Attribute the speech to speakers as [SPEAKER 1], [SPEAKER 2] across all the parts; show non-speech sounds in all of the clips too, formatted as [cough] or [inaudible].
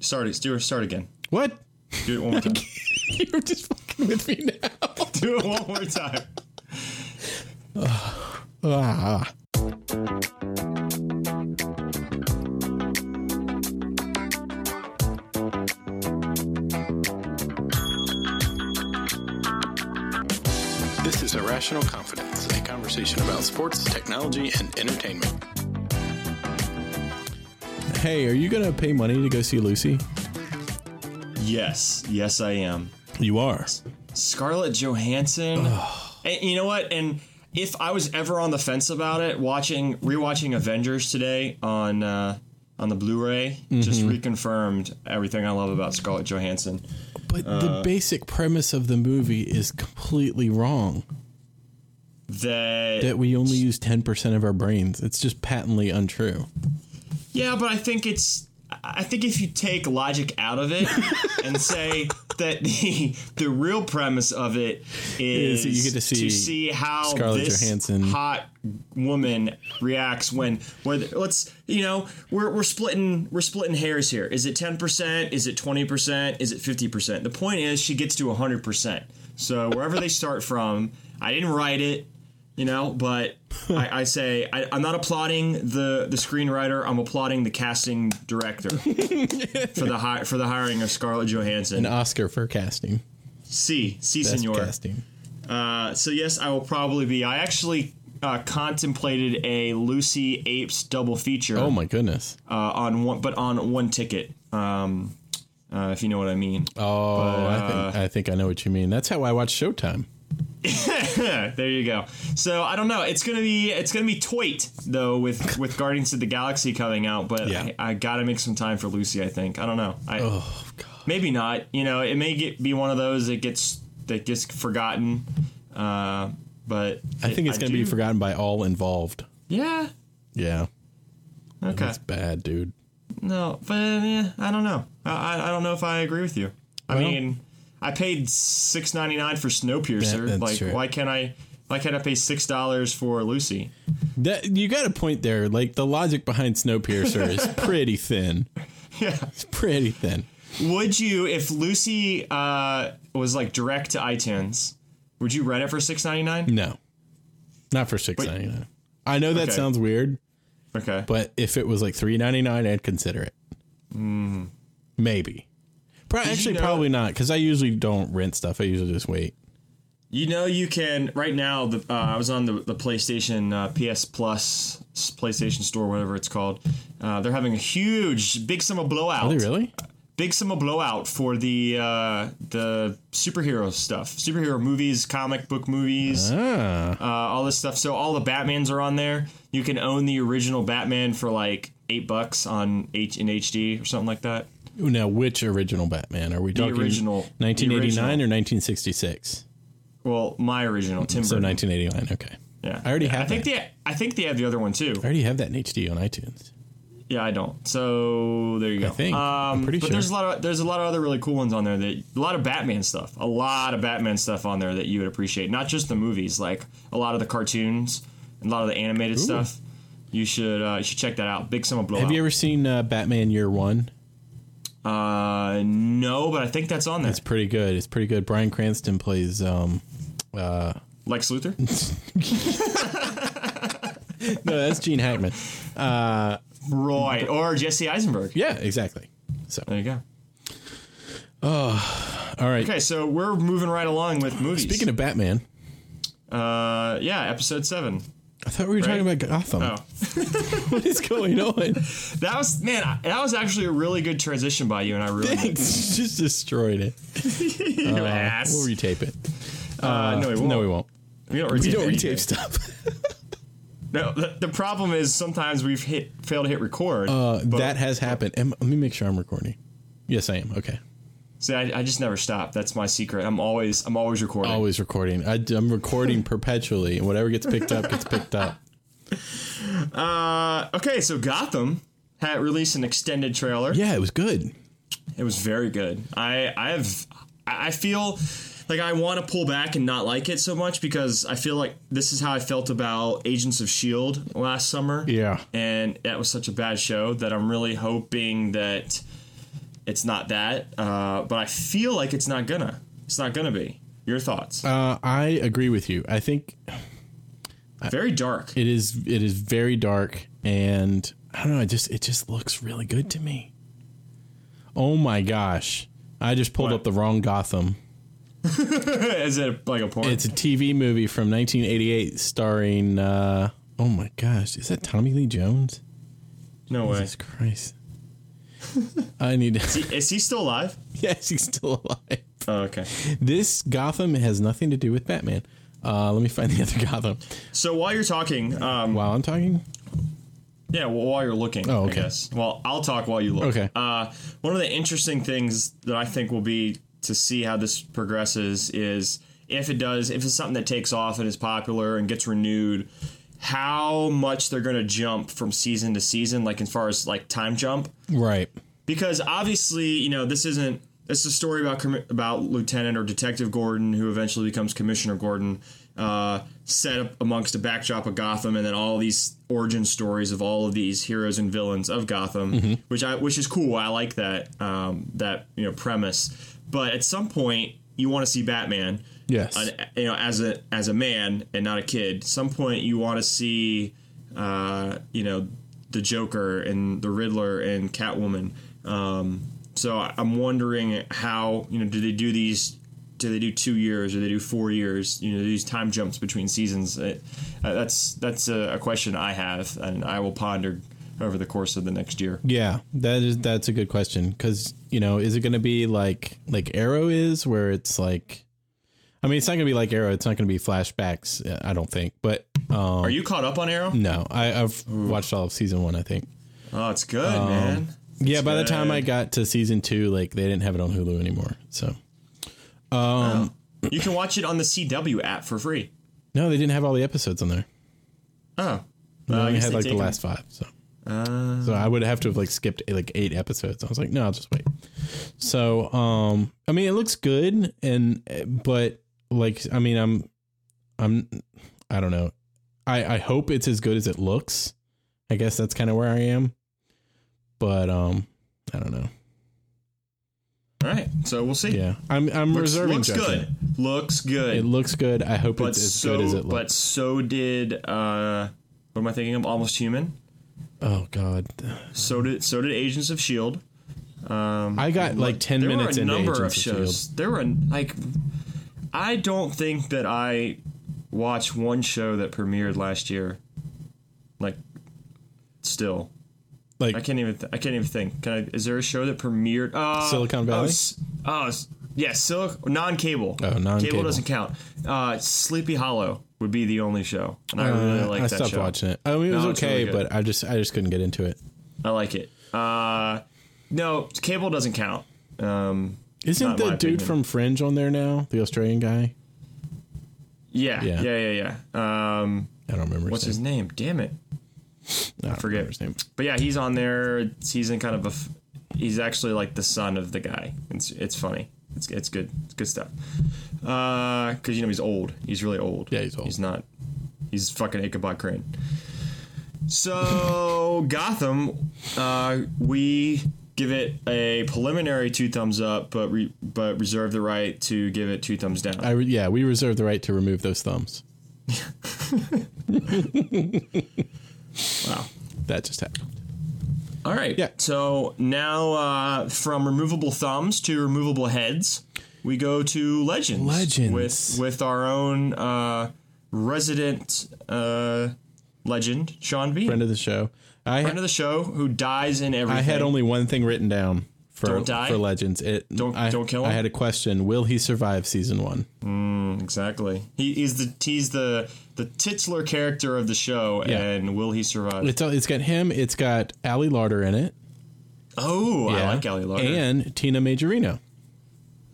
[SPEAKER 1] Start it. Stuart, start again.
[SPEAKER 2] What? [laughs]
[SPEAKER 1] Do it one more time.
[SPEAKER 2] You're just fucking with me now. [laughs]
[SPEAKER 1] Do it one more time.
[SPEAKER 2] Ah.
[SPEAKER 3] This is Irrational Confidence, a conversation about sports, technology, and entertainment.
[SPEAKER 2] Hey, are you gonna pay money to go see Lucy?
[SPEAKER 1] Yes. Yes, I am.
[SPEAKER 2] You are.
[SPEAKER 1] Scarlett Johansson. And you know what? And if I was ever on the fence about it, watching rewatching Avengers today on uh, on the Blu-ray just reconfirmed everything I love about Scarlett Johansson.
[SPEAKER 2] But the basic premise of the movie is completely wrong.
[SPEAKER 1] That,
[SPEAKER 2] That we only use ten percent of our brains. It's just patently untrue.
[SPEAKER 1] yeah, but I think it's I- I think if you take logic out of it and say that the the real premise of it is
[SPEAKER 2] Is that you get to see
[SPEAKER 1] how
[SPEAKER 2] Scarlett
[SPEAKER 1] this
[SPEAKER 2] Johansson.
[SPEAKER 1] hot woman reacts when whether let's you know we're we're splitting we're splitting hairs here. Is it ten percent? Is it twenty percent? Is it fifty percent? The point is she gets to hundred percent. So wherever they start from, I didn't write it, you know,
[SPEAKER 2] [laughs]
[SPEAKER 1] but I, I say I, I'm not applauding the the screenwriter. I'm applauding the casting director for the hi, for the hiring of Scarlett
[SPEAKER 2] An
[SPEAKER 1] Johansson.
[SPEAKER 2] Oscar for casting.
[SPEAKER 1] C, C,
[SPEAKER 2] Best
[SPEAKER 1] senor.
[SPEAKER 2] casting.
[SPEAKER 1] Uh, so yes, I will probably be. I actually uh, contemplated a Lucy Apes double feature
[SPEAKER 2] Oh my goodness.
[SPEAKER 1] uh, on one, but on one ticket. Um, uh, if you know what I mean.
[SPEAKER 2] Oh, I think I think I know what you mean. That's how I watch Showtime.
[SPEAKER 1] [laughs] there you go. So I don't know. It's gonna be it's gonna be toit though with with Guardians of the Galaxy coming out. But
[SPEAKER 2] Yeah.
[SPEAKER 1] I, I gotta make some time for Lucy. I think. I don't know. I
[SPEAKER 2] Oh god.
[SPEAKER 1] maybe not. You know, it may get, be one of those that gets that gets forgotten. Uh, but
[SPEAKER 2] I think it's gonna be
[SPEAKER 1] do-
[SPEAKER 2] forgotten by all involved.
[SPEAKER 1] Yeah.
[SPEAKER 2] Yeah.
[SPEAKER 1] Okay.
[SPEAKER 2] That's bad, dude.
[SPEAKER 1] No, but uh, yeah, I don't know. I, I- I don't know if I agree with you. I
[SPEAKER 2] Well-
[SPEAKER 1] mean, I paid six ninety nine for Snowpiercer.
[SPEAKER 2] That- that's
[SPEAKER 1] like,
[SPEAKER 2] true.
[SPEAKER 1] why can't I? Why can't I pay six dollars for Lucy?
[SPEAKER 2] That you got a point there. Like the logic behind
[SPEAKER 1] [laughs]
[SPEAKER 2] Snowpiercer is pretty thin.
[SPEAKER 1] Yeah.
[SPEAKER 2] It's pretty thin.
[SPEAKER 1] Would you, if Lucy uh, was like direct to iTunes, would you rent it for six ninety nine?
[SPEAKER 2] No, not for six ninety nine. I know that
[SPEAKER 1] Okay.
[SPEAKER 2] sounds weird,
[SPEAKER 1] Okay.
[SPEAKER 2] but if it was like three ninety nine, I'd consider it. Maybe. Pro-
[SPEAKER 1] Mm. you
[SPEAKER 2] actually,
[SPEAKER 1] know-
[SPEAKER 2] probably not because I usually don't rent stuff. I usually just wait.
[SPEAKER 1] You know, you can right now. The uh, I was on the, the PlayStation uh, PS Plus s- PlayStation Store, whatever it's called. Uh, they're having a huge, big summer blowout.
[SPEAKER 2] Are they Oh, really?
[SPEAKER 1] Big summer blowout for the uh, the superhero stuff, superhero movies, comic book movies,
[SPEAKER 2] Ah,
[SPEAKER 1] uh, all this stuff. So all the Batmans are on there. You can own the original Batman for like eight bucks on H in HD or something like that.
[SPEAKER 2] now which original Batman are we talking?
[SPEAKER 1] original- the
[SPEAKER 2] nineteen eighty nine
[SPEAKER 1] original.
[SPEAKER 2] or nineteen sixty six?
[SPEAKER 1] Well, my original Tim
[SPEAKER 2] So
[SPEAKER 1] Burton.
[SPEAKER 2] nineteen eighty nine. Okay.
[SPEAKER 1] yeah,
[SPEAKER 2] I already have
[SPEAKER 1] I think
[SPEAKER 2] that.
[SPEAKER 1] they. I think they have the other one too.
[SPEAKER 2] I already have that in HD on iTunes.
[SPEAKER 1] Yeah, I don't. So there you go.
[SPEAKER 2] I think. I'm
[SPEAKER 1] Um,
[SPEAKER 2] pretty
[SPEAKER 1] but
[SPEAKER 2] sure.
[SPEAKER 1] there's a lot of there's a lot of other really cool ones on there that a lot of Batman stuff, a lot of Batman stuff on there that you would appreciate. Not just the movies, like a lot of the cartoons and a lot of the animated stuff. You should uh, you should check that out. Big Summer Blowout.
[SPEAKER 2] Have you ever seen uh, Batman Year One?
[SPEAKER 1] uh, no, but I think that's on there.
[SPEAKER 2] It's pretty good. It's pretty good. Brian Cranston
[SPEAKER 1] [laughs]
[SPEAKER 2] plays um, [laughs]
[SPEAKER 1] Lex Luthor.
[SPEAKER 2] No, that's Gene Hackman.
[SPEAKER 1] Roy or Jesse Eisenberg.
[SPEAKER 2] Yeah, exactly. So,
[SPEAKER 1] There you go.
[SPEAKER 2] all right.
[SPEAKER 1] Okay, so we're moving right along with movies.
[SPEAKER 2] Speaking of Batman,
[SPEAKER 1] uh, yeah, episode seven.
[SPEAKER 2] I thought we were talking about Gotham.
[SPEAKER 1] Oh.
[SPEAKER 2] [laughs] What is going on?
[SPEAKER 1] That was man. I- That was actually a really good transition by you, and I really
[SPEAKER 2] [laughs] Thanks. Just destroyed it.
[SPEAKER 1] your
[SPEAKER 2] Uh,
[SPEAKER 1] ass.
[SPEAKER 2] we'll retape it.
[SPEAKER 1] Uh, no, we won't.
[SPEAKER 2] No, we won't.
[SPEAKER 1] We don't
[SPEAKER 2] We
[SPEAKER 1] retape.
[SPEAKER 2] don't
[SPEAKER 1] anything.
[SPEAKER 2] retape stuff.
[SPEAKER 1] No, the, the problem is sometimes we've hit failed to hit record.
[SPEAKER 2] Uh, that has happened. Am- let me make sure I'm recording. Yes, I am. Okay.
[SPEAKER 1] See, I, I just never stop. That's my secret. I'm always I'm always recording.
[SPEAKER 2] Always recording. I, am recording perpetually. Whatever gets picked up gets picked up. Oh.
[SPEAKER 1] Uh, okay, so Gotham had released an extended trailer.
[SPEAKER 2] Yeah, it was good.
[SPEAKER 1] It was very good. I I've I I feel like I want to pull back and not like it so much because I feel like this is how I felt about Agents of Shield E last summer.
[SPEAKER 2] Yeah.
[SPEAKER 1] and that was such a bad show that I'm really hoping that It's not that, uh, but I feel like it's not gonna. It's not gonna be. Your thoughts?
[SPEAKER 2] Uh, I agree with you. I think
[SPEAKER 1] Very dark.
[SPEAKER 2] it is it is very dark and I don't know, it just it just looks really good to me. Oh my gosh. I just pulled
[SPEAKER 1] What?
[SPEAKER 2] up the wrong Gotham.
[SPEAKER 1] [laughs] Is it like a porn?
[SPEAKER 2] It's a TV movie from 1988 starring uh oh my gosh, is that Tommy Lee Jones?
[SPEAKER 1] no way.
[SPEAKER 2] Jesus Christ. [laughs] I need to [laughs]
[SPEAKER 1] Is he still alive?
[SPEAKER 2] Yes, he's still alive.
[SPEAKER 1] Oh, okay.
[SPEAKER 2] This Gotham has nothing to do with Batman. Uh, let me find the other Gotham.
[SPEAKER 1] So while you're talking, um,
[SPEAKER 2] While I'm talking,
[SPEAKER 1] Yeah, well, while you're looking.
[SPEAKER 2] Oh,
[SPEAKER 1] Oh,
[SPEAKER 2] okay.
[SPEAKER 1] I guess. Well, I'll talk while you look.
[SPEAKER 2] Okay.
[SPEAKER 1] Uh, one of the interesting things that I think will be to see how this progresses is if it does, if it's something that takes off and is popular and gets renewed, how much they're going to jump from season to season, like as far as like time jump
[SPEAKER 2] right?
[SPEAKER 1] because obviously you know this isn't this is a story about commi- about lieutenant or detective gordon who eventually becomes commissioner gordon uh, set up amongst a backdrop of gotham and then all these origin stories of all of these heroes and villains of gotham which i which is cool i like that um, that you know premise but at some point you want to see batman
[SPEAKER 2] Yes.
[SPEAKER 1] an, you know as a as a man and not a kid some point you want to see uh you know the joker and the riddler and catwoman um so I- i'm wondering how you know do they do these do they do two years or they do four years you know these time jumps between seasons it, uh, that's that's a, a question i have and i will ponder over the course of the next year
[SPEAKER 2] Yeah, that is that's a good question because you know, is it going to be like like Arrow is, where it's like, I mean, it's not going to be like Arrow. It's not going to be flashbacks. uh, I don't think, but um,
[SPEAKER 1] are you caught up on arrow
[SPEAKER 2] no, I, I've watched all of season one. I think.
[SPEAKER 1] oh it's good man
[SPEAKER 2] um, yeah, by the time
[SPEAKER 1] good.
[SPEAKER 2] I got to season two, like they didn't have it on Hulu anymore. So
[SPEAKER 1] you can watch it on the cw app for free
[SPEAKER 2] no, they didn't have all the episodes on there.
[SPEAKER 1] oh Uh,
[SPEAKER 2] I
[SPEAKER 1] I
[SPEAKER 2] only
[SPEAKER 1] guess
[SPEAKER 2] had
[SPEAKER 1] they
[SPEAKER 2] like the
[SPEAKER 1] take Ah. 'em.
[SPEAKER 2] last five. So. so I would have to have like skipped like eight episodes. I was like, no, I'll just wait. So um, I mean, it looks good, and but like, I mean, I'm, I'm, I don't know. I I hope it's as good as it looks. I guess that's kind of where I am. But um, I don't know.
[SPEAKER 1] All right, so we'll see.
[SPEAKER 2] Yeah, I'm I'm
[SPEAKER 1] Looks,
[SPEAKER 2] reserving.
[SPEAKER 1] looks good.
[SPEAKER 2] judgment.
[SPEAKER 1] Looks good.
[SPEAKER 2] It looks good. I hope
[SPEAKER 1] but
[SPEAKER 2] it's as
[SPEAKER 1] so,
[SPEAKER 2] good as it
[SPEAKER 1] but
[SPEAKER 2] looks.
[SPEAKER 1] so did. Uh, what am I thinking of? Almost Human.
[SPEAKER 2] oh God,
[SPEAKER 1] So did so did Agents of Shield.
[SPEAKER 2] I got like ten
[SPEAKER 1] E Um, there
[SPEAKER 2] minutes
[SPEAKER 1] were a
[SPEAKER 2] into
[SPEAKER 1] number
[SPEAKER 2] Agents
[SPEAKER 1] of shows. There were like, I don't think that I watched one show that premiered last year. Like, still,
[SPEAKER 2] Like
[SPEAKER 1] I can't even. Th- I can't even think. Can I? Is there a show that premiered? Uh,
[SPEAKER 2] Silicon Valley?
[SPEAKER 1] Oh, s- oh s- yeah, Silicon non-cable.
[SPEAKER 2] Oh, non-cable.
[SPEAKER 1] Cable doesn't count. Uh, Sleepy Hollow would be the only show, and I really
[SPEAKER 2] Uh,
[SPEAKER 1] like
[SPEAKER 2] I
[SPEAKER 1] that
[SPEAKER 2] stopped
[SPEAKER 1] show.
[SPEAKER 2] watching it. I mean, it was
[SPEAKER 1] No, it's
[SPEAKER 2] okay,
[SPEAKER 1] really good.
[SPEAKER 2] but I just I just couldn't get into it.
[SPEAKER 1] I like it. Uh, no, cable doesn't count. Um,
[SPEAKER 2] Isn't
[SPEAKER 1] Not
[SPEAKER 2] the
[SPEAKER 1] my
[SPEAKER 2] dude
[SPEAKER 1] opinion.
[SPEAKER 2] from Fringe on there now? The Australian guy?
[SPEAKER 1] yeah,
[SPEAKER 2] Yeah.
[SPEAKER 1] yeah, yeah, yeah. Um,
[SPEAKER 2] I don't remember
[SPEAKER 1] what's his name? Damn it.
[SPEAKER 2] name. I
[SPEAKER 1] forget.
[SPEAKER 2] his name.
[SPEAKER 1] But yeah, he's on there. He's in kind of a. f- He's actually like the son of the guy. It's it's funny. It's it's good. It's good stuff. Because you know he's old. He's really old.
[SPEAKER 2] Yeah, he's old.
[SPEAKER 1] He's not. He's fucking Ichabod Crane. So Gotham, uh, we give it a preliminary two thumbs up, but re- but reserve the right to give it two thumbs down.
[SPEAKER 2] I re- yeah, we reserve the right to remove those thumbs. [laughs]
[SPEAKER 1] wow.
[SPEAKER 2] That just happened.
[SPEAKER 1] All right.
[SPEAKER 2] Yeah.
[SPEAKER 1] So now uh, from removable thumbs to removable heads, we go to legends.
[SPEAKER 2] Legends.
[SPEAKER 1] with with our own uh, resident uh, legend, Sean B,
[SPEAKER 2] Friend of the show. I
[SPEAKER 1] friend of the show who dies in everything.
[SPEAKER 2] I had only one thing written down for
[SPEAKER 1] Don't die?
[SPEAKER 2] for Legends. It
[SPEAKER 1] Don't-
[SPEAKER 2] I,
[SPEAKER 1] don't kill him?
[SPEAKER 2] I had a question. Will he survive season one?
[SPEAKER 1] exactly. He, he's the he's the the titular character of the show,
[SPEAKER 2] Yeah.
[SPEAKER 1] and will he survive?
[SPEAKER 2] It's it's got him. It's got Ali Larder in it.
[SPEAKER 1] oh,
[SPEAKER 2] Yeah.
[SPEAKER 1] I like Ali Larter.
[SPEAKER 2] and Tina Majorino.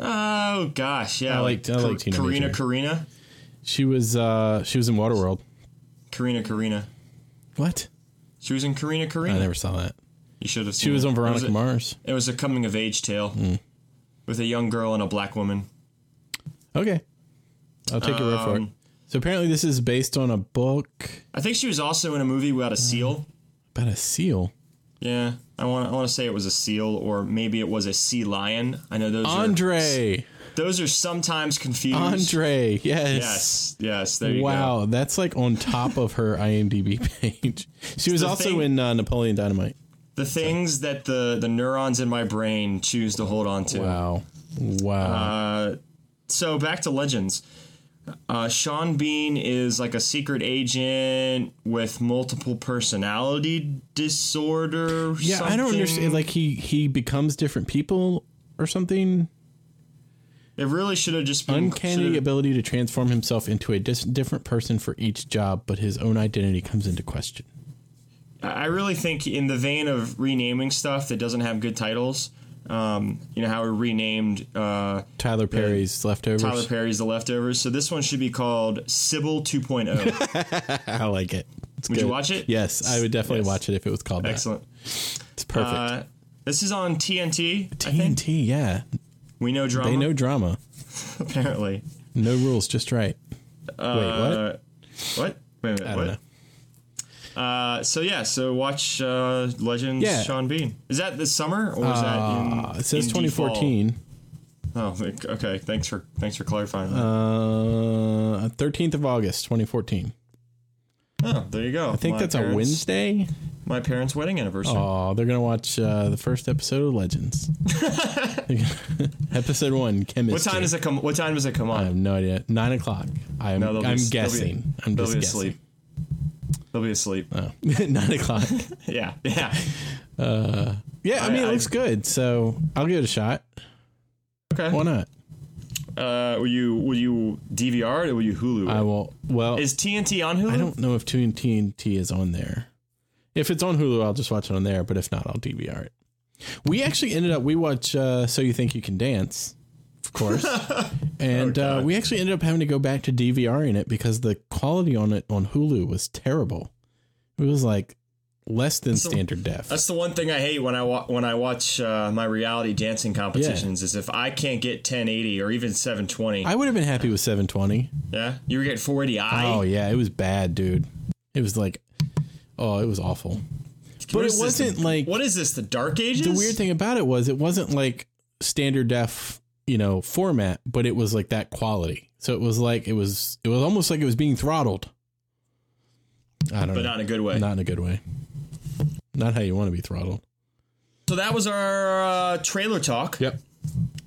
[SPEAKER 1] oh gosh, yeah,
[SPEAKER 2] I liked- I liked Tina
[SPEAKER 1] Karina,
[SPEAKER 2] Major.
[SPEAKER 1] Karina,
[SPEAKER 2] She was uh she was in Waterworld.
[SPEAKER 1] Karina, Karina.
[SPEAKER 2] What?
[SPEAKER 1] She was in Karina, Karina.
[SPEAKER 2] I never saw that.
[SPEAKER 1] you should have.
[SPEAKER 2] She was on Veronica
[SPEAKER 1] it,
[SPEAKER 2] Mars.
[SPEAKER 1] It was a coming of age tale with a young girl and a black woman.
[SPEAKER 2] Okay. I'll take your word for it.
[SPEAKER 1] Um,
[SPEAKER 2] So apparently this is based on a book
[SPEAKER 1] I think she was also in a movie without a seal.
[SPEAKER 2] about a seal.
[SPEAKER 1] Yeah, I want I want to say it was a seal or maybe it was a sea lion. I know those are
[SPEAKER 2] Andre.
[SPEAKER 1] those are sometimes confused.
[SPEAKER 2] Andre. Yes.
[SPEAKER 1] Yes, yes. There you go.
[SPEAKER 2] wow, that's like on top of her [laughs] IMDb page. She was
[SPEAKER 1] the
[SPEAKER 2] also
[SPEAKER 1] thing-
[SPEAKER 2] in uh, Napoleon Dynamite.
[SPEAKER 1] The things that the the neurons in my brain choose to hold on to.
[SPEAKER 2] Wow. Wow.
[SPEAKER 1] Uh, So back to legends. Uh, Sean Bean is like a secret agent with multiple personality disorder.
[SPEAKER 2] yeah, I don't
[SPEAKER 1] something.
[SPEAKER 2] understand like he he becomes different people or something.
[SPEAKER 1] It really should have just been
[SPEAKER 2] Uncanny
[SPEAKER 1] should've-
[SPEAKER 2] ability to transform himself into a dis- different person for each job, but his own identity comes into question.
[SPEAKER 1] I really think in the vein of renaming stuff that doesn't have good titles, um, you know how we renamed uh,
[SPEAKER 2] Tyler Perry's leftovers.
[SPEAKER 1] Tyler Perry's The Leftovers. So this one should be called Sybil
[SPEAKER 2] [laughs]
[SPEAKER 1] 2.0.
[SPEAKER 2] [laughs] I like it. It's
[SPEAKER 1] Would you
[SPEAKER 2] good.
[SPEAKER 1] watch it?
[SPEAKER 2] Yes, I would definitely
[SPEAKER 1] Yes.
[SPEAKER 2] watch it if it was called that.
[SPEAKER 1] Excellent.
[SPEAKER 2] It's perfect.
[SPEAKER 1] Uh, this is on TNT. I think
[SPEAKER 2] TNT, yeah.
[SPEAKER 1] we know drama
[SPEAKER 2] They know drama.
[SPEAKER 1] [laughs] apparently.
[SPEAKER 2] No rules, just right. Wait, what?
[SPEAKER 1] Uh, what? Wait a minute.
[SPEAKER 2] I
[SPEAKER 1] what?
[SPEAKER 2] don't know.
[SPEAKER 1] Uh, so yeah, so watch uh, Legends.
[SPEAKER 2] Yeah.
[SPEAKER 1] Sean Bean. Is that this summer or is that?
[SPEAKER 2] Uh,
[SPEAKER 1] In,
[SPEAKER 2] it says
[SPEAKER 1] in the fall?
[SPEAKER 2] 2014.
[SPEAKER 1] Oh, okay. Thanks for thanks for clarifying. That.
[SPEAKER 2] Uh, 13th of August, 2014.
[SPEAKER 1] oh, there you go.
[SPEAKER 2] I think that's a Wednesday.
[SPEAKER 1] My parents' wedding anniversary.
[SPEAKER 2] Oh, they're gonna watch uh, the first episode
[SPEAKER 1] [laughs]
[SPEAKER 2] of Legends. [laughs] episode one, chemistry.
[SPEAKER 1] What time does it come? What time does it come
[SPEAKER 2] I
[SPEAKER 1] on?
[SPEAKER 2] have no idea. Nine o'clock. I'm,
[SPEAKER 1] No, they'll be-
[SPEAKER 2] I'm
[SPEAKER 1] they'll be-
[SPEAKER 2] guessing. I'm
[SPEAKER 1] They'll
[SPEAKER 2] just
[SPEAKER 1] be
[SPEAKER 2] guessing.
[SPEAKER 1] asleep. They'll be asleep.
[SPEAKER 2] Oh. [laughs] Nine o'clock.
[SPEAKER 1] [laughs] Yeah, yeah.
[SPEAKER 2] Yeah, I,
[SPEAKER 1] I-
[SPEAKER 2] mean, it
[SPEAKER 1] I-
[SPEAKER 2] looks good, so I'll give it a shot.
[SPEAKER 1] Okay.
[SPEAKER 2] Why not?
[SPEAKER 1] Uh, will you will you DVR it or will you Hulu? it?
[SPEAKER 2] I will. Well,
[SPEAKER 1] Is TNT on Hulu?
[SPEAKER 2] I don't know if TNT is on there. If it's on Hulu, I'll just watch it on there. But if not, I'll DVR it. We actually ended up we watch uh, So You Think You Can Dance,
[SPEAKER 1] [laughs]
[SPEAKER 2] of course, and uh, we actually ended up having to go back to DVRing it because the quality on it on Hulu was terrible. It was like less than standard def.
[SPEAKER 1] That's the one thing I hate when I wa- when I watch uh, my reality dancing competitions is if I can't get 1080 or even 720.
[SPEAKER 2] I would have been happy with 720.
[SPEAKER 1] yeah, you were getting 480i.
[SPEAKER 2] Oh yeah, it was bad, dude. It was like, oh, it was awful. But
[SPEAKER 1] What
[SPEAKER 2] it
[SPEAKER 1] is this,
[SPEAKER 2] wasn't
[SPEAKER 1] the-
[SPEAKER 2] like
[SPEAKER 1] What is this? The Dark Ages?
[SPEAKER 2] the weird thing about it was it wasn't like standard def you know format but it was like that quality so it was like it was it was almost like it was being throttled i don't
[SPEAKER 1] but
[SPEAKER 2] know
[SPEAKER 1] not in a good way.
[SPEAKER 2] not in a good way not how you want to be throttled
[SPEAKER 1] so that was our uh, trailer talk.
[SPEAKER 2] yep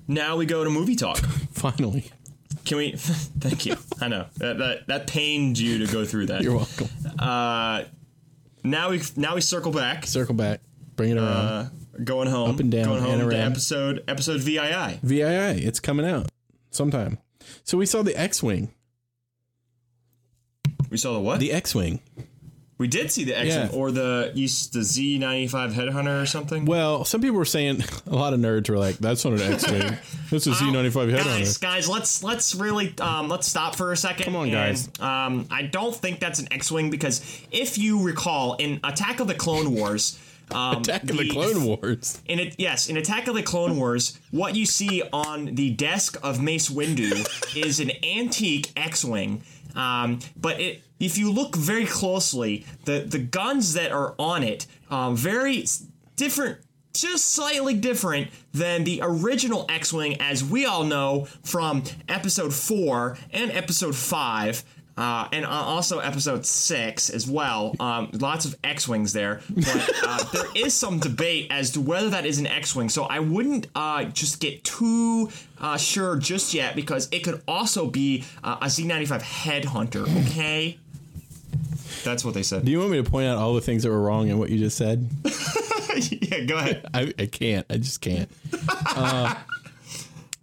[SPEAKER 1] Now we go to movie talk.
[SPEAKER 2] finally
[SPEAKER 1] Can we? [laughs] thank you. I know that, that that pained you to go through that. Uh,
[SPEAKER 2] you're welcome
[SPEAKER 1] now we now we circle back.
[SPEAKER 2] circle back bring it around
[SPEAKER 1] Uh, going home.
[SPEAKER 2] Up and down,
[SPEAKER 1] Going home
[SPEAKER 2] and
[SPEAKER 1] to
[SPEAKER 2] around.
[SPEAKER 1] episode episode VII.
[SPEAKER 2] vii it's coming out sometime so we saw the x-wing
[SPEAKER 1] We saw the what?
[SPEAKER 2] the x-wing
[SPEAKER 1] we did see the X
[SPEAKER 2] Yeah.
[SPEAKER 1] or the used the Z ninety five Headhunter or something.
[SPEAKER 2] well some people were saying [laughs] a lot of nerds were like that's not an x-wing that's a z95
[SPEAKER 1] Guys,
[SPEAKER 2] headhunter
[SPEAKER 1] guys, let's let's really um, let's stop for a second. Come
[SPEAKER 2] on, guys.
[SPEAKER 1] Um, I don't think that's an X-wing because if you recall, in Attack of the Clone Wars, um,
[SPEAKER 2] attack of the clone wars
[SPEAKER 1] In it, yes, in Attack of the Clone Wars, what you see on the desk of Mace Windu is an antique X-wing. Um, but it, if you look very closely, the the guns that are on it um, very s- different, just slightly different than the original X-wing, as we all know from Episode Four and Episode Five. Uh, and uh, also episode six as well. Um, lots of X wings there, but uh, [laughs] there is some debate as to whether that is an X wing. So I wouldn't uh, just get too uh, sure just yet because it could also be uh, a Z ninety five headhunter. Okay, that's what they said.
[SPEAKER 2] Do you want me to point out all the things that were wrong in what you just said?
[SPEAKER 1] [laughs] yeah, go ahead.
[SPEAKER 2] I, I can't. I just can't. uh,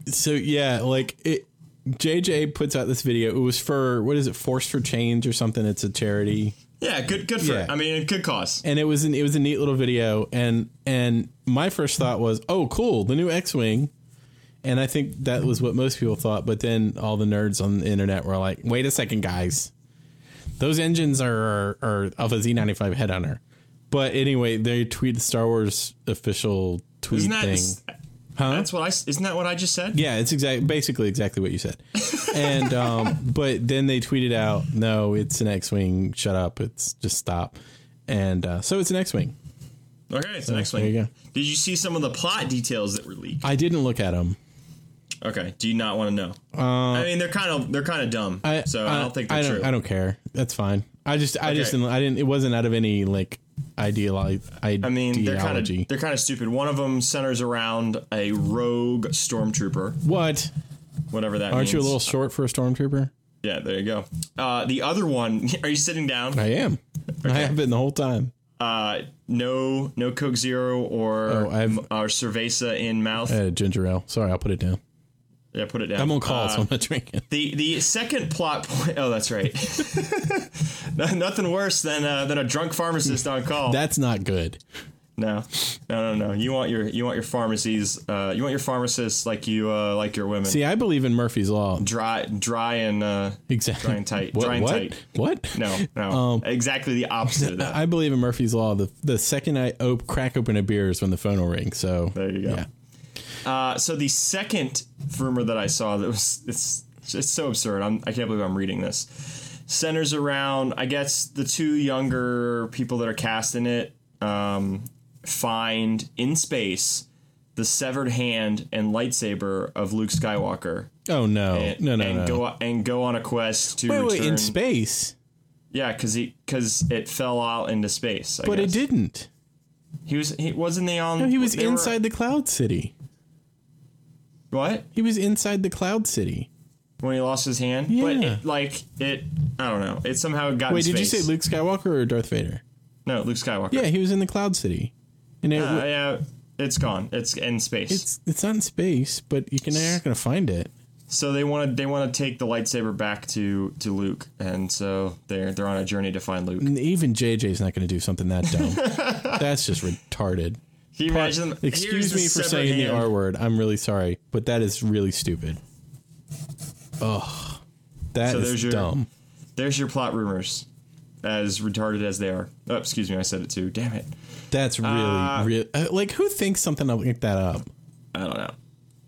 [SPEAKER 2] so yeah, like it. JJ puts out this video. It was for what is it? Force for Change or something. It's a charity,
[SPEAKER 1] Yeah, good, good for
[SPEAKER 2] Yeah.
[SPEAKER 1] it. I mean, good cause.
[SPEAKER 2] and it was an, it was a neat little video. And and my first thought was, oh, cool, the new X Wing. And I think that was what most people thought. But then all the nerds on the internet were like, wait a second, guys, those engines are are, are of a Z ninety five headhunter. But anyway, they tweet the Star Wars official tweet
[SPEAKER 1] Isn't that
[SPEAKER 2] thing.
[SPEAKER 1] huh? That's what I. s- Isn't that what I just said?
[SPEAKER 2] Yeah, it's exact, basically exactly what you said.
[SPEAKER 1] [laughs]
[SPEAKER 2] And um, but then they tweeted out, "No, it's an X-wing. Shut up. It's just stop." And uh, so it's an X-wing.
[SPEAKER 1] Okay, it's the next
[SPEAKER 2] there
[SPEAKER 1] one.
[SPEAKER 2] you go.
[SPEAKER 1] Did you see some of the plot details that were leaked?
[SPEAKER 2] I didn't look at them.
[SPEAKER 1] Okay. Do you not want to know? I mean, they're kind of they're kind of dumb.
[SPEAKER 2] Uh, I,
[SPEAKER 1] so I, don't think they're
[SPEAKER 2] I don't,
[SPEAKER 1] true.
[SPEAKER 2] I don't care. That's fine. I just I just
[SPEAKER 1] Okay.
[SPEAKER 2] didn't, I didn't. It wasn't out of any like idealized ideology.
[SPEAKER 1] I mean, they're kind of they're kind of stupid. One of them centers around a rogue stormtrooper,
[SPEAKER 2] what?
[SPEAKER 1] whatever that means.
[SPEAKER 2] Aren't you a little short for a stormtrooper?
[SPEAKER 1] Yeah, there you go. Uh, the other one, [laughs] are you sitting down?
[SPEAKER 2] I am. I have been the whole time.
[SPEAKER 1] Uh, no, no Coke Zero or
[SPEAKER 2] Oh, I've-
[SPEAKER 1] or Cerveza in mouth.
[SPEAKER 2] I had a ginger ale. Sorry, I'll put it down.
[SPEAKER 1] yeah, put it down.
[SPEAKER 2] I'm on call,
[SPEAKER 1] Uh,
[SPEAKER 2] so I'm not drinking.
[SPEAKER 1] The the second plot point. [laughs] Oh, that's right. No- Nothing worse than uh, than a drunk pharmacist on call.
[SPEAKER 2] That's not good.
[SPEAKER 1] no, no, no, no. You want your you want your pharmacies. Uh, you want your pharmacists like you uh, like your women.
[SPEAKER 2] See, I believe in Murphy's law.
[SPEAKER 1] dry, dry and uh,
[SPEAKER 2] Exactly.
[SPEAKER 1] Dry and tight.
[SPEAKER 2] What?
[SPEAKER 1] Dry and
[SPEAKER 2] what?
[SPEAKER 1] tight.
[SPEAKER 2] What?
[SPEAKER 1] no, no. exactly the opposite of
[SPEAKER 2] [laughs]
[SPEAKER 1] that.
[SPEAKER 2] I believe in Murphy's law. The the second I op- crack open a beer is when the phone will ring. So
[SPEAKER 1] There you go. Uh, so the second rumor that I saw that was it's it's so absurd. I'm, I can't believe I'm reading this. Centers around I guess the two younger people that are cast in it um, find in space the severed hand and lightsaber of Luke Skywalker.
[SPEAKER 2] Oh no,
[SPEAKER 1] And,
[SPEAKER 2] no, no,
[SPEAKER 1] and
[SPEAKER 2] no.
[SPEAKER 1] go and go on a quest to
[SPEAKER 2] wait,
[SPEAKER 1] return.
[SPEAKER 2] wait, in space,
[SPEAKER 1] Yeah, because he because it fell out into space. I
[SPEAKER 2] but
[SPEAKER 1] guess.
[SPEAKER 2] it didn't.
[SPEAKER 1] He was he wasn't they on?
[SPEAKER 2] No, he was
[SPEAKER 1] they were-
[SPEAKER 2] inside the cloud city.
[SPEAKER 1] what?
[SPEAKER 2] He was inside the cloud city.
[SPEAKER 1] when he lost his hand. But
[SPEAKER 2] Yeah.
[SPEAKER 1] it, like it, I don't know. It somehow got.
[SPEAKER 2] Wait,
[SPEAKER 1] in
[SPEAKER 2] did you
[SPEAKER 1] space.
[SPEAKER 2] say Luke Skywalker or Darth Vader?
[SPEAKER 1] No, Luke Skywalker.
[SPEAKER 2] Yeah, he was in the cloud city, and it,
[SPEAKER 1] Uh, yeah, it's gone. It's in space.
[SPEAKER 2] it's it's not in space, but you can you're not gonna find it.
[SPEAKER 1] so they want to they want to take the lightsaber back to to Luke, and so they're they're on a journey to find Luke.
[SPEAKER 2] And even JJ's not gonna do something that dumb.
[SPEAKER 1] [laughs]
[SPEAKER 2] That's just retarded.
[SPEAKER 1] Can you imagine? here's
[SPEAKER 2] Excuse
[SPEAKER 1] the
[SPEAKER 2] me for
[SPEAKER 1] severed
[SPEAKER 2] saying the
[SPEAKER 1] hand.
[SPEAKER 2] R word. I'm really sorry, but that is really stupid. Ugh, that
[SPEAKER 1] So
[SPEAKER 2] is
[SPEAKER 1] there's your-
[SPEAKER 2] dumb.
[SPEAKER 1] There's your plot rumors, as retarded as they are. Oh, excuse me, I said it too. Damn it.
[SPEAKER 2] That's really, real. uh, like who thinks something like that up?
[SPEAKER 1] I don't know.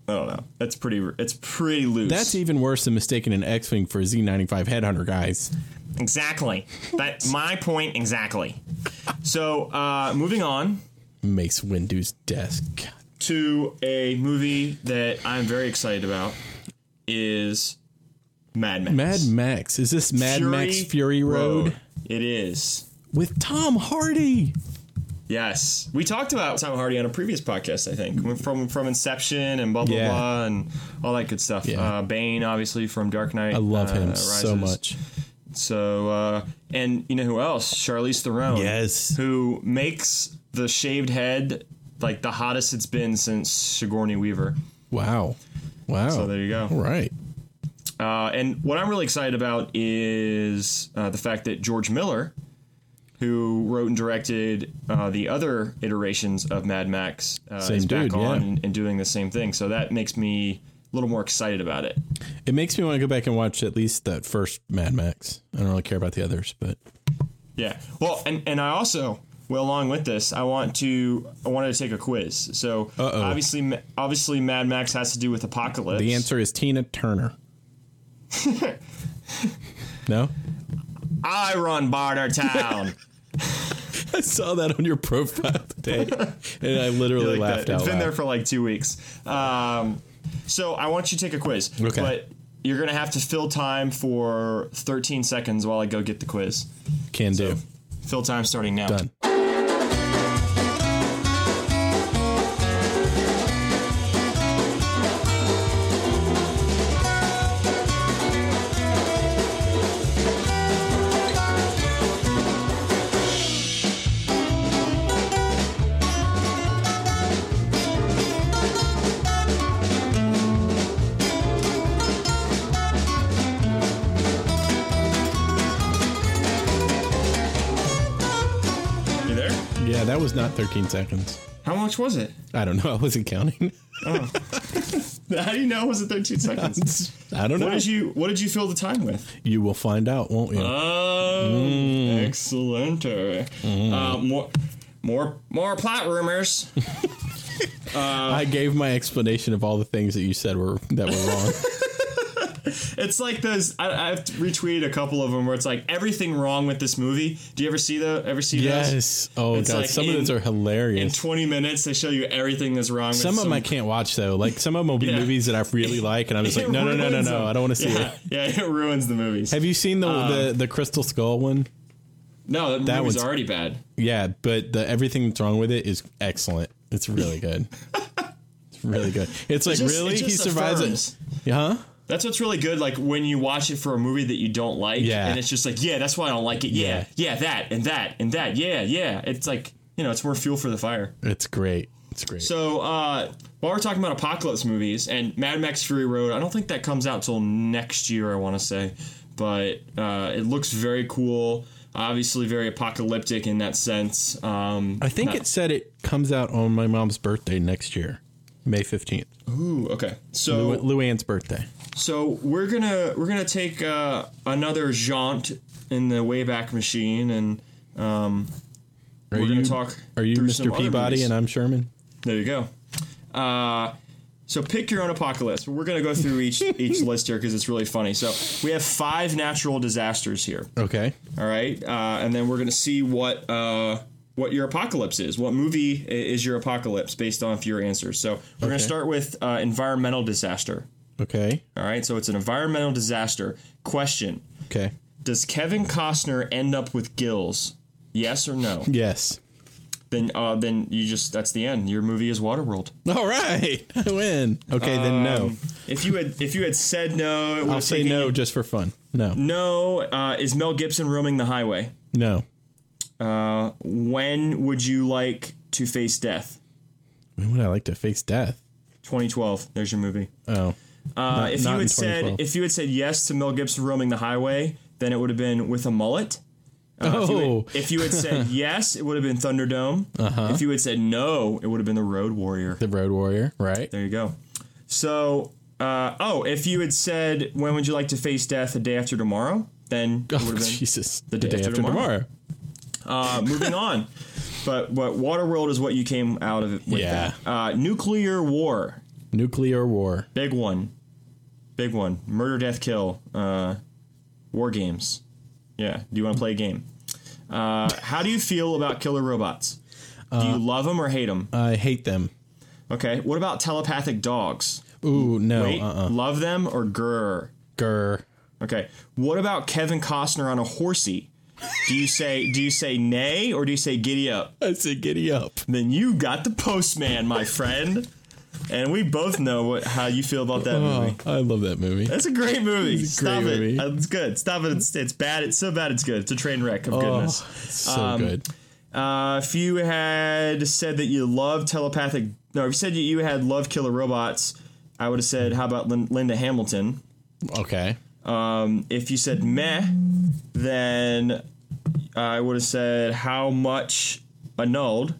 [SPEAKER 1] I don't know. That's pretty. It's pretty loose.
[SPEAKER 2] That's e- even worse than mistaking an X-wing for a Z95 headhunter, guys.
[SPEAKER 1] exactly. That's my point exactly. So uh, moving on.
[SPEAKER 2] Mace Windu's desk. God.
[SPEAKER 1] to a movie that I'm very excited about is Mad Max.
[SPEAKER 2] Mad Max. Is this Mad Max Fury Road?
[SPEAKER 1] It is.
[SPEAKER 2] with Tom Hardy?
[SPEAKER 1] Yes, we talked about Tom Hardy on a previous podcast. I think from from Inception and blah blah
[SPEAKER 2] Yeah.
[SPEAKER 1] blah and all that good stuff.
[SPEAKER 2] Yeah.
[SPEAKER 1] Uh, Bane, obviously from Dark Knight.
[SPEAKER 2] I love
[SPEAKER 1] uh,
[SPEAKER 2] him
[SPEAKER 1] Rises.
[SPEAKER 2] so much.
[SPEAKER 1] So uh, and you know who else? Charlize Theron.
[SPEAKER 2] Yes.
[SPEAKER 1] Who makes the shaved head like the hottest it's been since Sigourney Weaver.
[SPEAKER 2] Wow. Wow.
[SPEAKER 1] So there you go.
[SPEAKER 2] All right.
[SPEAKER 1] Uh, and what I'm really excited about is uh, the fact that George Miller, who wrote and directed uh, the other iterations of Mad Max, uh,
[SPEAKER 2] Same
[SPEAKER 1] is back
[SPEAKER 2] dude,
[SPEAKER 1] on
[SPEAKER 2] yeah.
[SPEAKER 1] and, and doing the same thing. So that makes me a little more excited about it.
[SPEAKER 2] It makes me want to go back and watch at least that first Mad Max. I don't really care about the others, but
[SPEAKER 1] Yeah. Well, and, and I also, well, along with this, I want to I wanted to take a quiz. So
[SPEAKER 2] Uh-oh.
[SPEAKER 1] obviously, ma- obviously, Mad Max has to do with apocalypse.
[SPEAKER 2] the answer is
[SPEAKER 1] [laughs]
[SPEAKER 2] Tina Turner. no?
[SPEAKER 1] I run
[SPEAKER 2] [laughs]
[SPEAKER 1] Bartertown.
[SPEAKER 2] I saw that on your profile today, and I literally
[SPEAKER 1] like
[SPEAKER 2] laughed
[SPEAKER 1] that.
[SPEAKER 2] out
[SPEAKER 1] It's been
[SPEAKER 2] loud.
[SPEAKER 1] there for like two weeks. Um, so I want you to take a quiz,
[SPEAKER 2] Okay.
[SPEAKER 1] but you're gonna have to fill time for 13 seconds while I go get the quiz.
[SPEAKER 2] Can do.
[SPEAKER 1] Fill time starting now.
[SPEAKER 2] Done.
[SPEAKER 1] You there?
[SPEAKER 2] Yeah, that was not 13 seconds.
[SPEAKER 1] How much was it? [laughs]
[SPEAKER 2] I don't know. [laughs] I wasn't counting.
[SPEAKER 1] How do you know it was it 13 seconds?
[SPEAKER 2] [laughs] I
[SPEAKER 1] what
[SPEAKER 2] don't know.
[SPEAKER 1] did
[SPEAKER 2] You-,
[SPEAKER 1] you What did you fill the time with?
[SPEAKER 2] will find out, won't you?
[SPEAKER 1] Ah. Um,
[SPEAKER 2] Mm-hmm.
[SPEAKER 1] excellent. Uh, more, more, more plot rumors. [laughs] [laughs]
[SPEAKER 2] I gave my explanation of all the things that you said were that were wrong.
[SPEAKER 1] it's like those. I, I've retweeted a couple of them where it's like everything wrong with this movie. Do you ever see the? Ever see those?
[SPEAKER 2] Yes. Oh
[SPEAKER 1] It's
[SPEAKER 2] god,
[SPEAKER 1] like
[SPEAKER 2] some
[SPEAKER 1] in-
[SPEAKER 2] of those are
[SPEAKER 1] In
[SPEAKER 2] hilarious.
[SPEAKER 1] 20 minutes, they show you everything that's wrong.
[SPEAKER 2] Some
[SPEAKER 1] with
[SPEAKER 2] of them I can't watch though. Like some of them will be
[SPEAKER 1] Yeah.
[SPEAKER 2] movies that I
[SPEAKER 1] [laughs]
[SPEAKER 2] really like, and I'm just
[SPEAKER 1] It
[SPEAKER 2] like, no, no, no, no,
[SPEAKER 1] ruins
[SPEAKER 2] no,
[SPEAKER 1] them.
[SPEAKER 2] I don't want to see
[SPEAKER 1] yeah, Ah.
[SPEAKER 2] it.
[SPEAKER 1] Yeah, it ruins the movies.
[SPEAKER 2] Have you seen the the the Crystal Skull one?
[SPEAKER 1] no, that, movie's
[SPEAKER 2] one's-
[SPEAKER 1] already bad.
[SPEAKER 2] Yeah, but the everything that's wrong with it is excellent. It's
[SPEAKER 1] [laughs]
[SPEAKER 2] really good. it's really good. It's like
[SPEAKER 1] just-
[SPEAKER 2] really
[SPEAKER 1] it
[SPEAKER 2] he
[SPEAKER 1] just
[SPEAKER 2] survives
[SPEAKER 1] affirms.
[SPEAKER 2] it. Huh?
[SPEAKER 1] That's what's really good. Like when you watch it for a movie that you don't like,
[SPEAKER 2] Yeah.
[SPEAKER 1] and it's just like, yeah, that's why I don't like it. Yeah, yeah, that and that and that. Yeah, yeah. It's like you know, it's more fuel for the fire.
[SPEAKER 2] It's great. It's great.
[SPEAKER 1] So uh, while we're talking about apocalypse movies and Mad Max Fury Road, I don't think that comes out till next year. I want to say, but uh, it looks very cool. Obviously, very apocalyptic in that sense. Um,
[SPEAKER 2] I think it said it comes out on my mom's birthday next year, May fifteenth,
[SPEAKER 1] ooh, okay. So
[SPEAKER 2] Lou Luann's birthday.
[SPEAKER 1] So we're gonna we're gonna take uh, another jaunt in the Wayback Machine, and
[SPEAKER 2] Are
[SPEAKER 1] we're gonna
[SPEAKER 2] you
[SPEAKER 1] talk.
[SPEAKER 2] Are you
[SPEAKER 1] through some
[SPEAKER 2] Mr.
[SPEAKER 1] other
[SPEAKER 2] Peabody
[SPEAKER 1] movies.
[SPEAKER 2] and I'm Sherman?
[SPEAKER 1] there you go. Uh, so pick your own apocalypse. We're gonna go through each each list here because it's really funny. So we have five natural disasters here.
[SPEAKER 2] Okay.
[SPEAKER 1] All right, uh, and then we're gonna see what uh, what your apocalypse is. What movie i- is your apocalypse based on your answers? So we're gonna
[SPEAKER 2] Okay.
[SPEAKER 1] start with uh, environmental disaster.
[SPEAKER 2] Okay.
[SPEAKER 1] All right, so it's an environmental disaster. Question:
[SPEAKER 2] Okay.
[SPEAKER 1] Does Kevin Costner end up with gills? Yes or no?
[SPEAKER 2] Yes.
[SPEAKER 1] then, uh, then you just that's the end. Your movie is Waterworld.
[SPEAKER 2] All right. [laughs] I win. Okay, then no.
[SPEAKER 1] If you had if you had said no, Um, it
[SPEAKER 2] I'll say no just for fun. No.
[SPEAKER 1] No, uh, is Mel Gibson roaming the highway?
[SPEAKER 2] No.
[SPEAKER 1] When would you like to face death?
[SPEAKER 2] When would I like to face death?
[SPEAKER 1] 2012. There's your movie.
[SPEAKER 2] Oh.
[SPEAKER 1] Uh, if you
[SPEAKER 2] not in
[SPEAKER 1] had said
[SPEAKER 2] 2012.
[SPEAKER 1] if you had said yes to Mel Gibson roaming the highway, then it would have been with a mullet. Uh, If you had-
[SPEAKER 2] oh.
[SPEAKER 1] If you had
[SPEAKER 2] [laughs]
[SPEAKER 1] said yes, it would have been Thunderdome. Uh-huh. If you had said no, it would have been the Road Warrior.
[SPEAKER 2] the Road Warrior, right?
[SPEAKER 1] There you go. So, uh, oh, if you had said, when would you like to face death the day after tomorrow? Then it
[SPEAKER 2] Oh,
[SPEAKER 1] would have been
[SPEAKER 2] Jesus.
[SPEAKER 1] the day after tomorrow. uh, moving
[SPEAKER 2] [laughs]
[SPEAKER 1] on. But but Waterworld is what you came out of it with.
[SPEAKER 2] Yeah.
[SPEAKER 1] That. Uh, nuclear war,
[SPEAKER 2] Nuclear war.
[SPEAKER 1] big one, big one. Murder, death, kill. Uh, war games. Yeah. Do you want to play a game? Uh, how do you feel about killer robots? Do
[SPEAKER 2] Uh,
[SPEAKER 1] you love them or hate them?
[SPEAKER 2] I hate them.
[SPEAKER 1] Okay. What about telepathic dogs?
[SPEAKER 2] Ooh, no.
[SPEAKER 1] Hate,
[SPEAKER 2] Uh-uh.
[SPEAKER 1] love them or grr?
[SPEAKER 2] Grr.
[SPEAKER 1] Okay. What about Kevin Costner on a horsey? Do you say do you say nay or do you say giddy up?
[SPEAKER 2] I said giddy up.
[SPEAKER 1] Then you got the postman, my friend. And we both know what, how you feel about that movie.
[SPEAKER 2] Oh, I love that movie.
[SPEAKER 1] That's a great movie.
[SPEAKER 2] It's a
[SPEAKER 1] Stop
[SPEAKER 2] great movie.
[SPEAKER 1] it. Uh, It's good. Stop it. It's, it's bad. It's so bad. It's good. It's a train wreck of goodness. Um,
[SPEAKER 2] Oh, it's so good.
[SPEAKER 1] Uh, if you had said that you love telepathic, no, if you said that you had love killer robots, I would have said, how about Lin- Linda Hamilton?
[SPEAKER 2] Okay.
[SPEAKER 1] if you said meh, then I would have said how much annulled.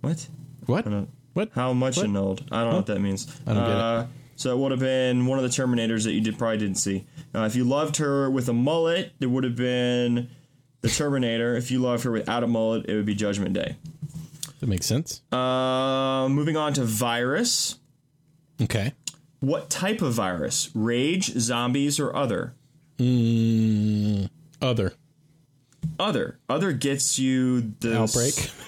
[SPEAKER 1] What?
[SPEAKER 2] What? What?
[SPEAKER 1] How much annulled? I don't know what that means. I
[SPEAKER 2] don't get it.
[SPEAKER 1] uh, So it would have been one of the Terminators that you did probably didn't see. Uh, if you loved her with a mullet, it would have been the Terminator. If you loved her without a mullet, it would be Judgment Day.
[SPEAKER 2] That makes sense.
[SPEAKER 1] Uh, moving on to virus.
[SPEAKER 2] okay.
[SPEAKER 1] What type of virus? Rage, zombies, or other?
[SPEAKER 2] Other.
[SPEAKER 1] Other. Other gets you the
[SPEAKER 2] Outbreak.
[SPEAKER 1] [laughs]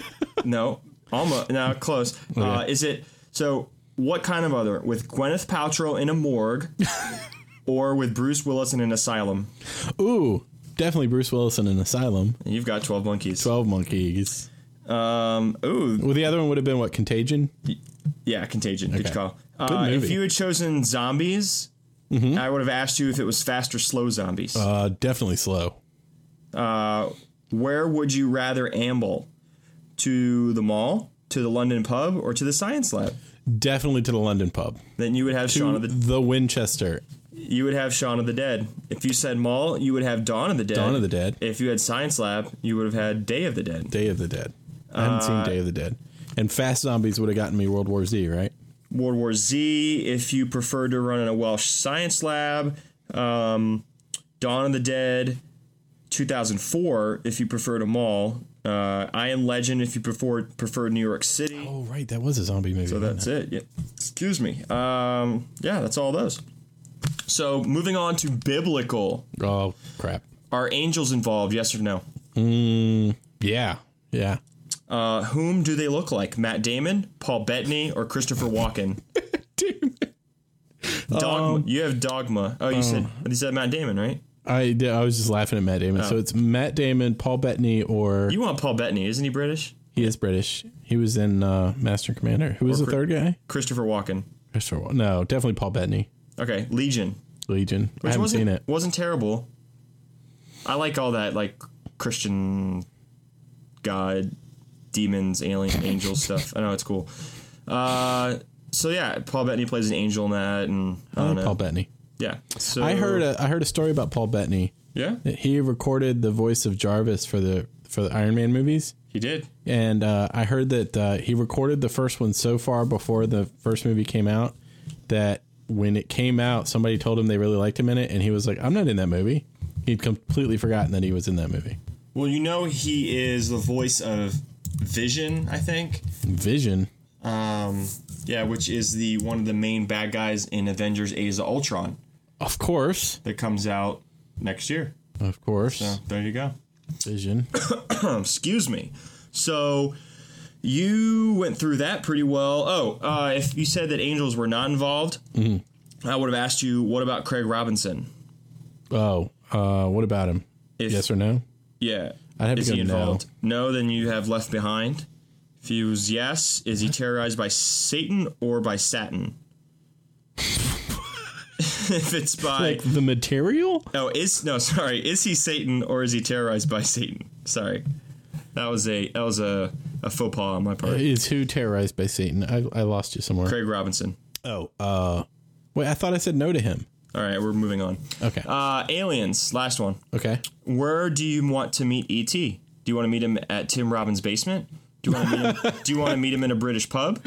[SPEAKER 1] No, almost. No,
[SPEAKER 2] [laughs]
[SPEAKER 1] close. Uh, is it so? What kind of other with Gwyneth Paltrow in a
[SPEAKER 2] [laughs]
[SPEAKER 1] morgue, or with Bruce Willis in an asylum?
[SPEAKER 2] Ooh. Definitely Bruce Willis in an asylum.
[SPEAKER 1] And you've got twelve monkeys.
[SPEAKER 2] 12 monkeys.
[SPEAKER 1] Um, ooh,
[SPEAKER 2] Well, the other one would have been what? Contagion?
[SPEAKER 1] yeah, Contagion. Good
[SPEAKER 2] Okay.
[SPEAKER 1] call.
[SPEAKER 2] Good
[SPEAKER 1] Uh, if
[SPEAKER 2] movie. Mm-hmm.
[SPEAKER 1] you had chosen zombies, I would have asked you if it was fast or slow zombies.
[SPEAKER 2] Uh, definitely slow.
[SPEAKER 1] Where would you rather amble? To the mall, to the London pub, or to the science lab?
[SPEAKER 2] Definitely to the London pub.
[SPEAKER 1] Then you would have Shaun
[SPEAKER 2] To
[SPEAKER 1] of the
[SPEAKER 2] the Winchester.
[SPEAKER 1] you would have Shaun of the Dead. If you said Mall, you would have Dawn of the Dead.
[SPEAKER 2] Dawn of the Dead.
[SPEAKER 1] If you had Science Lab, you would have had Day of the Dead.
[SPEAKER 2] Day of the Dead. I haven't
[SPEAKER 1] Uh,
[SPEAKER 2] seen Day of the Dead. And Fast Zombies would have gotten me World War Z, right?
[SPEAKER 1] World War Z, if you prefer to run in a Welsh Science Lab. Um, Dawn of the Dead, 2004, if you prefer to Mall. Uh, I Am Legend, if you prefer, prefer New York City.
[SPEAKER 2] Oh, right. That was a zombie movie.
[SPEAKER 1] So that's it. Yeah. Excuse me. Um, yeah, that's all those. So moving on to biblical,
[SPEAKER 2] Oh crap.
[SPEAKER 1] are angels involved? Yes or no?
[SPEAKER 2] Mm, yeah. Yeah.
[SPEAKER 1] Uh, whom do they look like? Matt Damon, Paul Bettany, or Christopher
[SPEAKER 2] [laughs]
[SPEAKER 1] Walken? Dogma.
[SPEAKER 2] Um,
[SPEAKER 1] you have Dogma. Oh, you said you said Matt Damon, right?
[SPEAKER 2] I did- I was just laughing at Matt Damon.
[SPEAKER 1] Oh.
[SPEAKER 2] So it's Matt Damon, Paul Bettany, or
[SPEAKER 1] You want Paul Bettany? Isn't he British?
[SPEAKER 2] he is British. He was in uh, Master and Commander. Who was the third guy?
[SPEAKER 1] Christopher Walken.
[SPEAKER 2] Christopher Wa- No, definitely Paul Bettany.
[SPEAKER 1] Okay, Legion.
[SPEAKER 2] Legion. I haven't
[SPEAKER 1] wasn't,
[SPEAKER 2] seen it.
[SPEAKER 1] Wasn't terrible. I like all that like Christian God, demons, alien,
[SPEAKER 2] [laughs]
[SPEAKER 1] angel stuff. I know it's cool. Uh, so yeah, Paul Bettany plays an angel in that, and I
[SPEAKER 2] I
[SPEAKER 1] don't
[SPEAKER 2] like
[SPEAKER 1] know.
[SPEAKER 2] Uh, Paul Bettany.
[SPEAKER 1] yeah, so
[SPEAKER 2] I heard a, I heard a story about Paul Bettany.
[SPEAKER 1] yeah,
[SPEAKER 2] that He recorded the voice of Jarvis for the for the Iron Man movies.
[SPEAKER 1] he did.
[SPEAKER 2] and uh, I heard that uh, he recorded the first one so far before the first movie came out that when it came out, somebody told him they really liked him in it, and he was like, "I'm not in that movie." He'd completely forgotten that he was in that movie.
[SPEAKER 1] Well, you know he is the voice of Vision, I think.
[SPEAKER 2] Vision.
[SPEAKER 1] Um, yeah, which is the one of the main bad guys in Avengers: Age of Ultron
[SPEAKER 2] Of course,
[SPEAKER 1] that comes out next year.
[SPEAKER 2] of course,
[SPEAKER 1] So there you go. Um,
[SPEAKER 2] Vision.
[SPEAKER 1] excuse me. So you went through that pretty well. Oh, uh, if you said that angels were not involved, I would have asked you, what about Craig Robinson?
[SPEAKER 2] Oh, uh, what about him?
[SPEAKER 1] If,
[SPEAKER 2] yes or no?
[SPEAKER 1] yeah,
[SPEAKER 2] I'd have to
[SPEAKER 1] is
[SPEAKER 2] go
[SPEAKER 1] he
[SPEAKER 2] no.
[SPEAKER 1] involved? No. then you have left behind. If he was yes, is he terrorized by Satan or by Satin? [laughs] if it's by
[SPEAKER 2] Like the material?
[SPEAKER 1] no, is no sorry, is he Satan or is he terrorized by Satan? Sorry, that was a that was a, a faux pas on my part.
[SPEAKER 2] Is who terrorized by Satan? I, I lost you somewhere.
[SPEAKER 1] Craig Robinson.
[SPEAKER 2] Oh, uh, wait. I thought I said no to him.
[SPEAKER 1] All right, we're moving on.
[SPEAKER 2] Okay.
[SPEAKER 1] Uh, aliens, last one.
[SPEAKER 2] okay.
[SPEAKER 1] Where do you want to meet ET? Do you want to meet him at Tim Robbins' basement? Do you want to meet him? [laughs] do you want to meet him in a British pub,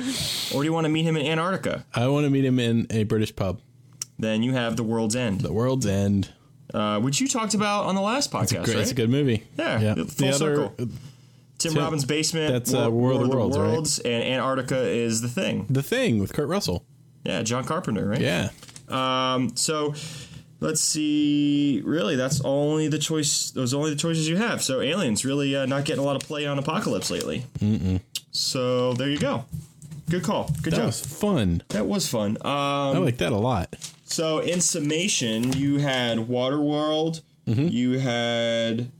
[SPEAKER 1] or do you want to meet him in Antarctica?
[SPEAKER 2] I want to meet him in a British pub.
[SPEAKER 1] Then you have the world's end,
[SPEAKER 2] The World's End.
[SPEAKER 1] uh, which you talked about on the last podcast,
[SPEAKER 2] Great.
[SPEAKER 1] right?
[SPEAKER 2] It's a good movie.
[SPEAKER 1] Yeah, full
[SPEAKER 2] The other,
[SPEAKER 1] circle. Tim,
[SPEAKER 2] Tim-
[SPEAKER 1] Robbins' basement.
[SPEAKER 2] that's, uh, War of the Worlds, right?
[SPEAKER 1] and Antarctica is the thing.
[SPEAKER 2] the thing with Kurt Russell.
[SPEAKER 1] Yeah, John Carpenter, right?
[SPEAKER 2] Yeah.
[SPEAKER 1] Um, so let's see. Really, that's only the choice. Those are only the choices you have. So aliens really uh, not getting a lot of play on Apocalypse lately. Mm-mm. So there you go. Good call. Good
[SPEAKER 2] That
[SPEAKER 1] job.
[SPEAKER 2] was fun.
[SPEAKER 1] that was fun.
[SPEAKER 2] I
[SPEAKER 1] Um,
[SPEAKER 2] like that a lot.
[SPEAKER 1] so in summation, you had Waterworld.
[SPEAKER 2] Mm-hmm.
[SPEAKER 1] You had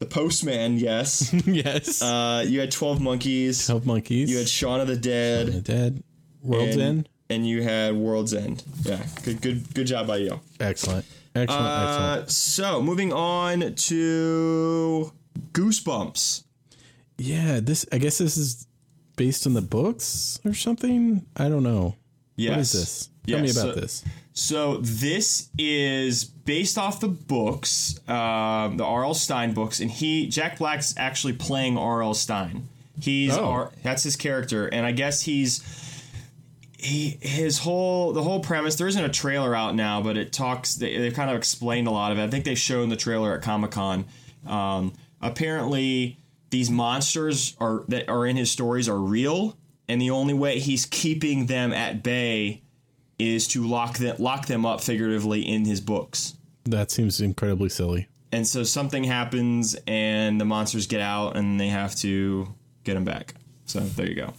[SPEAKER 1] the Postman. [laughs]
[SPEAKER 2] [laughs]
[SPEAKER 1] Yes.
[SPEAKER 2] yes.
[SPEAKER 1] uh, you had Twelve Monkeys.
[SPEAKER 2] Help monkeys.
[SPEAKER 1] You had Shaun of the Dead.
[SPEAKER 2] the dead. World's
[SPEAKER 1] and,
[SPEAKER 2] End.
[SPEAKER 1] and you had World's End. Yeah. Good. Good. Good job by you.
[SPEAKER 2] Excellent. Excellent. excellent.
[SPEAKER 1] Uh, so moving on to Goosebumps.
[SPEAKER 2] Yeah. This. I guess this is based on the books or something. I don't know.
[SPEAKER 1] Yes.
[SPEAKER 2] What is this? Tell
[SPEAKER 1] Yes,
[SPEAKER 2] me about
[SPEAKER 1] so-
[SPEAKER 2] this.
[SPEAKER 1] So this is based off the books, um, the R.L. Stein books, and he Jack Black's actually playing R.L. Stein. He's
[SPEAKER 2] Oh.
[SPEAKER 1] R, that's his character, and I guess he's he his whole the whole premise. There isn't a trailer out now, but it talks. They, they've kind of explained a lot of it. I think they've shown the trailer at Comic Con. Um, apparently, these monsters are that are in his stories are real, and the only way he's keeping them at bay is to lock them lock them up figuratively in his books.
[SPEAKER 2] That seems incredibly silly.
[SPEAKER 1] And so something happens, and the monsters get out, and they have to get him back. So there you go.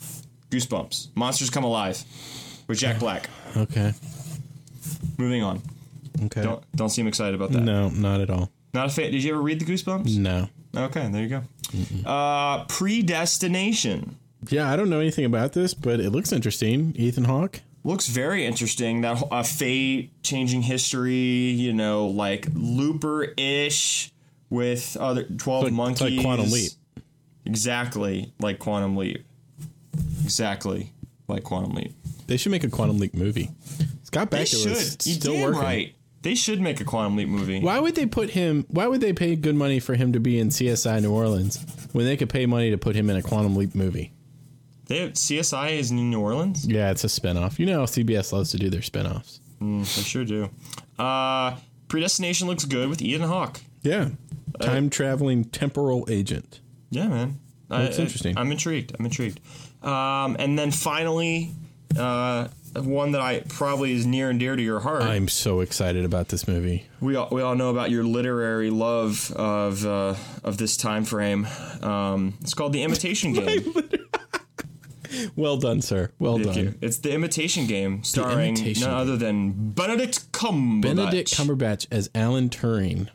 [SPEAKER 1] Goosebumps. Monsters come alive. With Jack Black.
[SPEAKER 2] Okay.
[SPEAKER 1] Moving on.
[SPEAKER 2] Okay.
[SPEAKER 1] Don't don't seem excited about that.
[SPEAKER 2] no, not at all.
[SPEAKER 1] Not a fan. Did you ever read the Goosebumps?
[SPEAKER 2] No.
[SPEAKER 1] Okay, there you go. Uh, predestination
[SPEAKER 2] Yeah, I don't know anything about this, but it looks interesting. Ethan Hawke.
[SPEAKER 1] looks very interesting. That whole- uh, fate changing history. You know, like Looper ish with other twelve
[SPEAKER 2] It's like- it's
[SPEAKER 1] monkeys.
[SPEAKER 2] like Quantum Leap.
[SPEAKER 1] Exactly like Quantum Leap. Exactly like Quantum Leap.
[SPEAKER 2] They should make a Quantum Leap movie. Scott
[SPEAKER 1] They
[SPEAKER 2] Bakula is
[SPEAKER 1] should. You
[SPEAKER 2] still
[SPEAKER 1] damn
[SPEAKER 2] working.
[SPEAKER 1] right. They should make a Quantum Leap movie.
[SPEAKER 2] Why would they put him? Why would they pay good money for him to be in CSI New Orleans when they could pay money to put him in a Quantum Leap movie?
[SPEAKER 1] They have, CSI is in New Orleans.
[SPEAKER 2] Yeah, it's a spinoff. You know how CBS loves to do their spinoffs.
[SPEAKER 1] They sure do. Uh, predestination looks good with Ethan Hawke.
[SPEAKER 2] Yeah, time traveling temporal agent.
[SPEAKER 1] Yeah, man. I-
[SPEAKER 2] That's
[SPEAKER 1] I-
[SPEAKER 2] interesting.
[SPEAKER 1] I'm intrigued. I'm intrigued. Um, and then finally, uh, one that I probably is near and dear to your heart.
[SPEAKER 2] I'm so excited about this movie.
[SPEAKER 1] we all we all know about your literary love of uh, of this time frame. Um, it's called The
[SPEAKER 2] [laughs]
[SPEAKER 1] Imitation Game.
[SPEAKER 2] Well done, sir. Well
[SPEAKER 1] Thank
[SPEAKER 2] done.
[SPEAKER 1] you. It's The Imitation Game, starring
[SPEAKER 2] Imitation
[SPEAKER 1] none
[SPEAKER 2] Game.
[SPEAKER 1] other than Benedict Cumberbatch,
[SPEAKER 2] Benedict Uh, Cumberbatch as Alan Turing,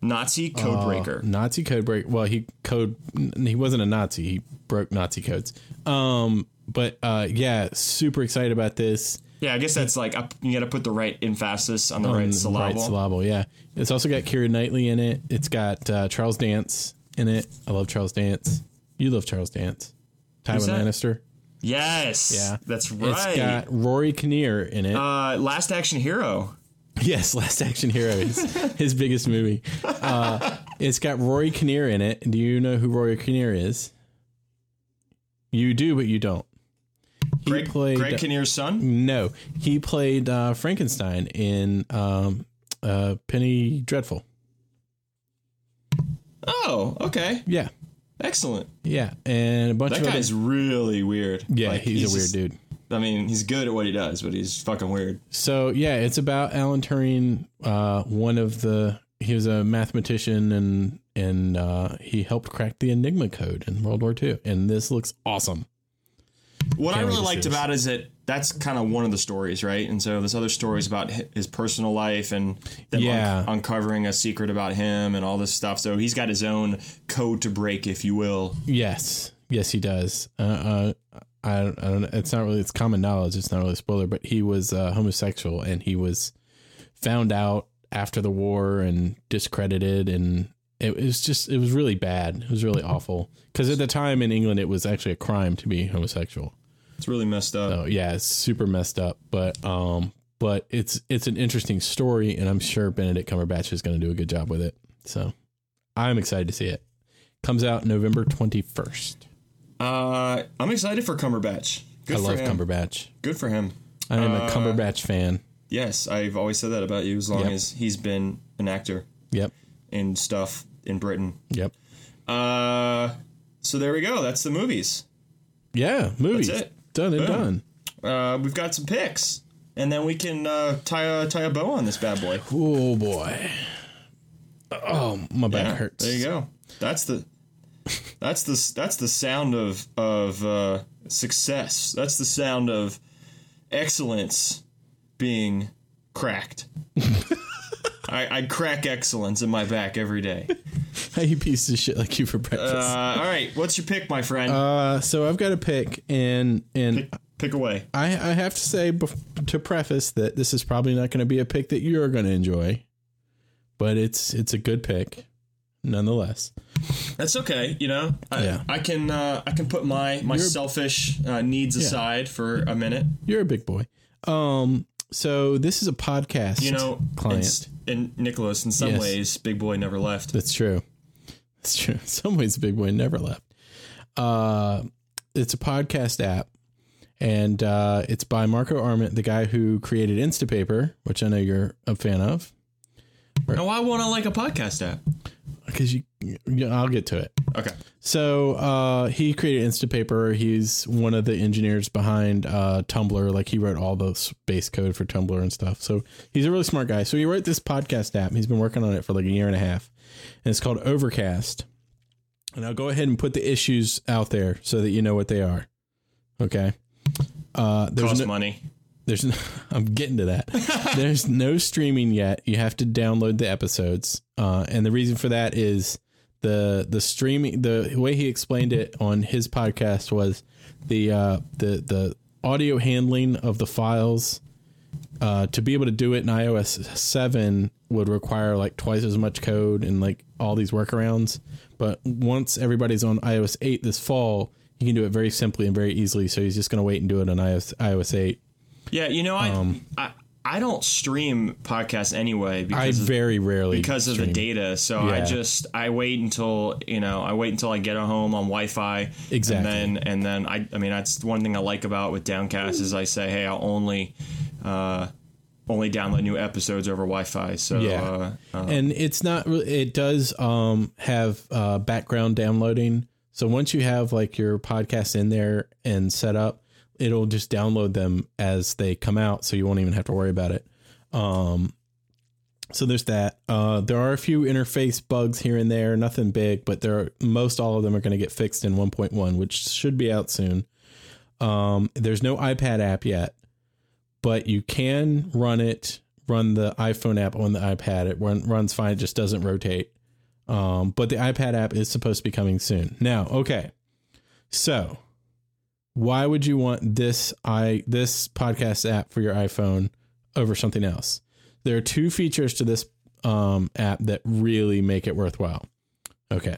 [SPEAKER 1] Nazi codebreaker.
[SPEAKER 2] Nazi code break. Well, he code. He wasn't a Nazi. He broke Nazi codes. Um, but uh, yeah, super excited about this.
[SPEAKER 1] yeah, I guess that's like up, you got to put the right emphasis on the right syllable.
[SPEAKER 2] Right syllable, yeah. It's also got Kira Knightley in it. It's got uh, Charles Dance in it. I love Charles Dance. You love Charles Dance. Tywin
[SPEAKER 1] that?
[SPEAKER 2] Lannister.
[SPEAKER 1] Yes,
[SPEAKER 2] Yeah,
[SPEAKER 1] that's
[SPEAKER 2] It's
[SPEAKER 1] right.
[SPEAKER 2] got Rory Kinnear in it.
[SPEAKER 1] uh, Last Action Hero.
[SPEAKER 2] [laughs] Yes, Last Action Hero is his biggest movie. Uh, it's got Rory Kinnear in it. Do you know who Rory Kinnear is? You do, but you don't. He Mm.
[SPEAKER 1] Greg, Greg Kinnear's son.
[SPEAKER 2] no, he played uh, Frankenstein in um, uh, Penny Dreadful.
[SPEAKER 1] Oh, okay,
[SPEAKER 2] Yeah,
[SPEAKER 1] excellent.
[SPEAKER 2] yeah, and a bunch
[SPEAKER 1] That
[SPEAKER 2] of
[SPEAKER 1] guy's
[SPEAKER 2] other.
[SPEAKER 1] really weird.
[SPEAKER 2] Yeah,
[SPEAKER 1] Like,
[SPEAKER 2] he's, a weird
[SPEAKER 1] just-
[SPEAKER 2] dude.
[SPEAKER 1] I mean, he's good at what he does, but he's fucking weird.
[SPEAKER 2] So yeah, it's about Alan Turing. Uh, one of the he was a mathematician and and uh, he helped crack the Enigma code in World War II. And this looks awesome.
[SPEAKER 1] What I
[SPEAKER 2] Can't
[SPEAKER 1] really
[SPEAKER 2] wait to see
[SPEAKER 1] liked
[SPEAKER 2] this.
[SPEAKER 1] about it is that that's kind of one of the stories, right? And so this other story is about hi- his personal life and them un-
[SPEAKER 2] Yeah.
[SPEAKER 1] uncovering a secret about him and all this stuff. So he's got his own code to break, if you will.
[SPEAKER 2] Yes, yes, he does. Uh, uh, I, don't- I don't. know. It's not really. It's common knowledge. It's not really a spoiler, but he was uh, homosexual and he was found out after the war and discredited and. It was just, it was really bad. It was really awful. Because at the time in England, it was actually a crime to be homosexual.
[SPEAKER 1] It's really messed up.
[SPEAKER 2] So yeah, it's super messed up, but um, but it's it's an interesting story, and I'm sure Benedict Cumberbatch is going to do a good job with it. So I'm excited to see it. Comes out November 21st.
[SPEAKER 1] Uh, I'm excited for Cumberbatch. Good Uh,
[SPEAKER 2] I
[SPEAKER 1] for
[SPEAKER 2] love
[SPEAKER 1] him.
[SPEAKER 2] Cumberbatch.
[SPEAKER 1] Good for him.
[SPEAKER 2] I am a Cumberbatch fan.
[SPEAKER 1] Yes, I've always said that about you. As long
[SPEAKER 2] Yep.
[SPEAKER 1] as he's been an actor
[SPEAKER 2] Yep,
[SPEAKER 1] in stuff in Britain.
[SPEAKER 2] yep,
[SPEAKER 1] Uh, so there we go. That's the movies.
[SPEAKER 2] yeah. Movies
[SPEAKER 1] That's it.
[SPEAKER 2] done and
[SPEAKER 1] Boom.
[SPEAKER 2] done.
[SPEAKER 1] Uh, we've got some picks, and then we can uh, tie a tie a bow on this bad boy.
[SPEAKER 2] Oh boy. Oh, my back
[SPEAKER 1] Yeah,
[SPEAKER 2] hurts.
[SPEAKER 1] There you go. That's the that's the that's the sound of of uh, success. That's the sound of excellence being cracked. I, I crack excellence in my back every day.
[SPEAKER 2] [laughs] I eat pieces of shit like you for breakfast.
[SPEAKER 1] Uh,
[SPEAKER 2] Uh,
[SPEAKER 1] all right, what's your pick, my friend?
[SPEAKER 2] so I've got a pick, and and
[SPEAKER 1] pick away.
[SPEAKER 2] I, I have to say bef- to preface that this is probably not going to be a pick that you're going to enjoy, but it's it's a good pick, nonetheless.
[SPEAKER 1] That's okay. You know, I,
[SPEAKER 2] Yeah.
[SPEAKER 1] I can uh, I can put my my selfish uh, needs aside for a minute.
[SPEAKER 2] You're a big boy. Um, so this is a podcast.
[SPEAKER 1] You know,
[SPEAKER 2] client.
[SPEAKER 1] and, and Nicholas, in some
[SPEAKER 2] Yes.
[SPEAKER 1] ways, Big Boy never left.
[SPEAKER 2] That's true. That's true. [laughs] In some ways, Big Boy never left. Uh, it's a podcast app, and uh, it's by Marco Arment, the guy who created Instapaper, which I know you're a fan of.
[SPEAKER 1] Oh, I want to like a podcast app.
[SPEAKER 2] Because you, you, I'll get to it.
[SPEAKER 1] Okay.
[SPEAKER 2] So uh, he created Instapaper. He's one of the engineers behind uh, Tumblr. Like he wrote all the base code for Tumblr and stuff. So he's a really smart guy. So he wrote this podcast app. He's been working on it for like a year and a half, and it's called Overcast. And I'll go ahead and put the issues out there so that you know what they are. Okay. Uh, there's
[SPEAKER 1] Cost
[SPEAKER 2] no-
[SPEAKER 1] money.
[SPEAKER 2] there's no, [laughs] I'm getting to that. There's no streaming yet. You have to download the episodes, uh, and the reason for that is the the streaming. The way he explained it on his podcast was the uh, the the audio handling of the files. Uh, to be able to do it in iOS seven would require like twice as much code and like all these workarounds. But once everybody's on iOS eight this fall, you can do it very simply and very easily. So he's just going to wait and do it on iOS iOS eight.
[SPEAKER 1] Yeah, you know, I,
[SPEAKER 2] Um,
[SPEAKER 1] I I don't stream podcasts anyway
[SPEAKER 2] I
[SPEAKER 1] because of,
[SPEAKER 2] very rarely
[SPEAKER 1] because of the data. So I
[SPEAKER 2] Yeah.
[SPEAKER 1] just I wait until you know I wait until I get home on Wi-Fi.
[SPEAKER 2] Exactly.
[SPEAKER 1] And then and then I I mean that's one thing I like about with Downcast is I say hey I'll only. Uh, only download new episodes over Wi-Fi. So
[SPEAKER 2] Yeah.
[SPEAKER 1] uh,
[SPEAKER 2] and it's not. re- It does um have uh background downloading. So once you have like your podcast in there and set up, it'll just download them as they come out, so you won't even have to worry about it. Um, so there's that. Uh, there are a few interface bugs here and there, nothing big, but there are, most all of them are going to get fixed in 1.1, which should be out soon. Um, there's no iPad app yet, but you can run it, run the iPhone app on the iPad. It run, runs fine, it just doesn't rotate. Um, but the iPad app is supposed to be coming soon. Now, okay. So, why would you want this i this podcast app for your iPhone over something else? There are two features to this um, app that really make it worthwhile. Okay.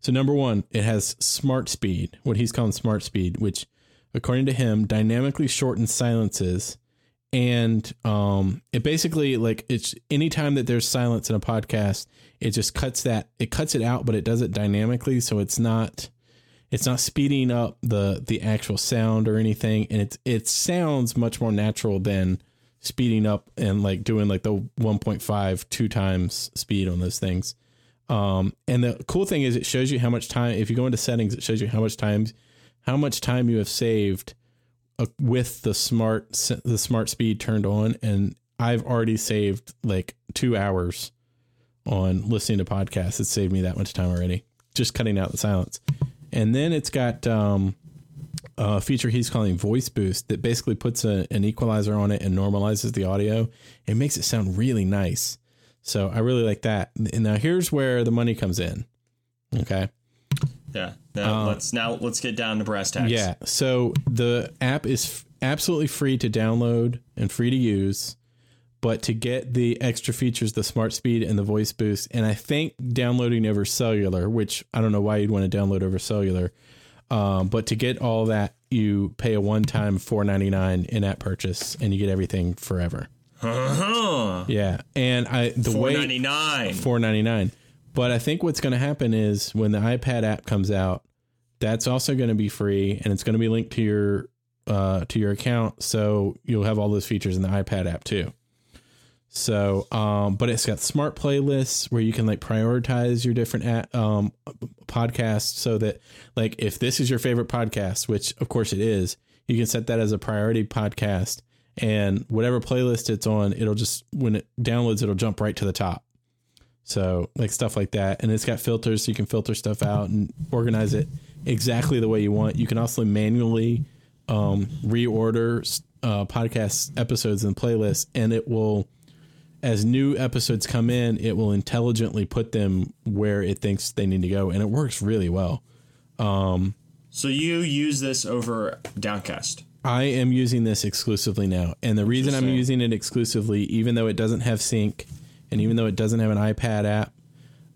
[SPEAKER 2] So number one, it has smart speed, what he's calling smart speed, which, according to him, dynamically shortens silences, and um, it basically like it's anytime that there's silence in a podcast, it just cuts that it cuts it out, but it does it dynamically, so it's not it's not speeding up the the actual sound or anything, and it's it sounds much more natural than speeding up and like doing like the 1.5 two times speed on those things. Um, and the cool thing is, it shows you how much time. If you go into settings, it shows you how much times, how much time you have saved uh, with the smart s- the smart speed turned on. And I've already saved like two hours on listening to podcasts. It saved me that much time already just cutting out the silence. And then it's got um, a feature he's calling voice boost that basically puts a, an equalizer on it and normalizes the audio. It makes it sound really nice. So I really like that. And now here's where the money comes in. Okay.
[SPEAKER 1] Yeah. Now let's now let's get down to brass tacks.
[SPEAKER 2] Um,
[SPEAKER 1] [laughs]
[SPEAKER 2] Yeah. So the app is f- absolutely free to download and free to use, but to get the extra features, the smart speed and the voice boost, and I think downloading over cellular, which I don't know why you'd want to download over cellular, um, but to get all that, you pay a one-time four ninety-nine in-app purchase, and you get everything forever.
[SPEAKER 1] Uh-huh.
[SPEAKER 2] Yeah. And I the
[SPEAKER 1] Four
[SPEAKER 2] way
[SPEAKER 1] ninety nine.
[SPEAKER 2] four ninety nine. But I think what's going to happen is when the iPad app comes out, that's also going to be free and it's going to be linked to your uh, to your account, so you'll have all those features in the iPad app too. So, um, but it's got smart playlists where you can like prioritize your different a- um, podcasts so that, like, if this is your favorite podcast, which of course it is, you can set that as a priority podcast, and whatever playlist it's on, it'll just when it downloads, it'll jump right to the top. So like stuff like that, and it's got filters, so you can filter stuff out and organize it exactly the way you want. You can also manually um, reorder uh, podcast episodes and playlists, and it will, as new episodes come in, it will intelligently put them where it thinks they need to go, and it works really well.
[SPEAKER 1] So you use this over Downcast.
[SPEAKER 2] I am using this exclusively now. And the reason I'm
[SPEAKER 1] Interesting.
[SPEAKER 2] using it exclusively, even though it doesn't have sync and even though it doesn't have an iPad app,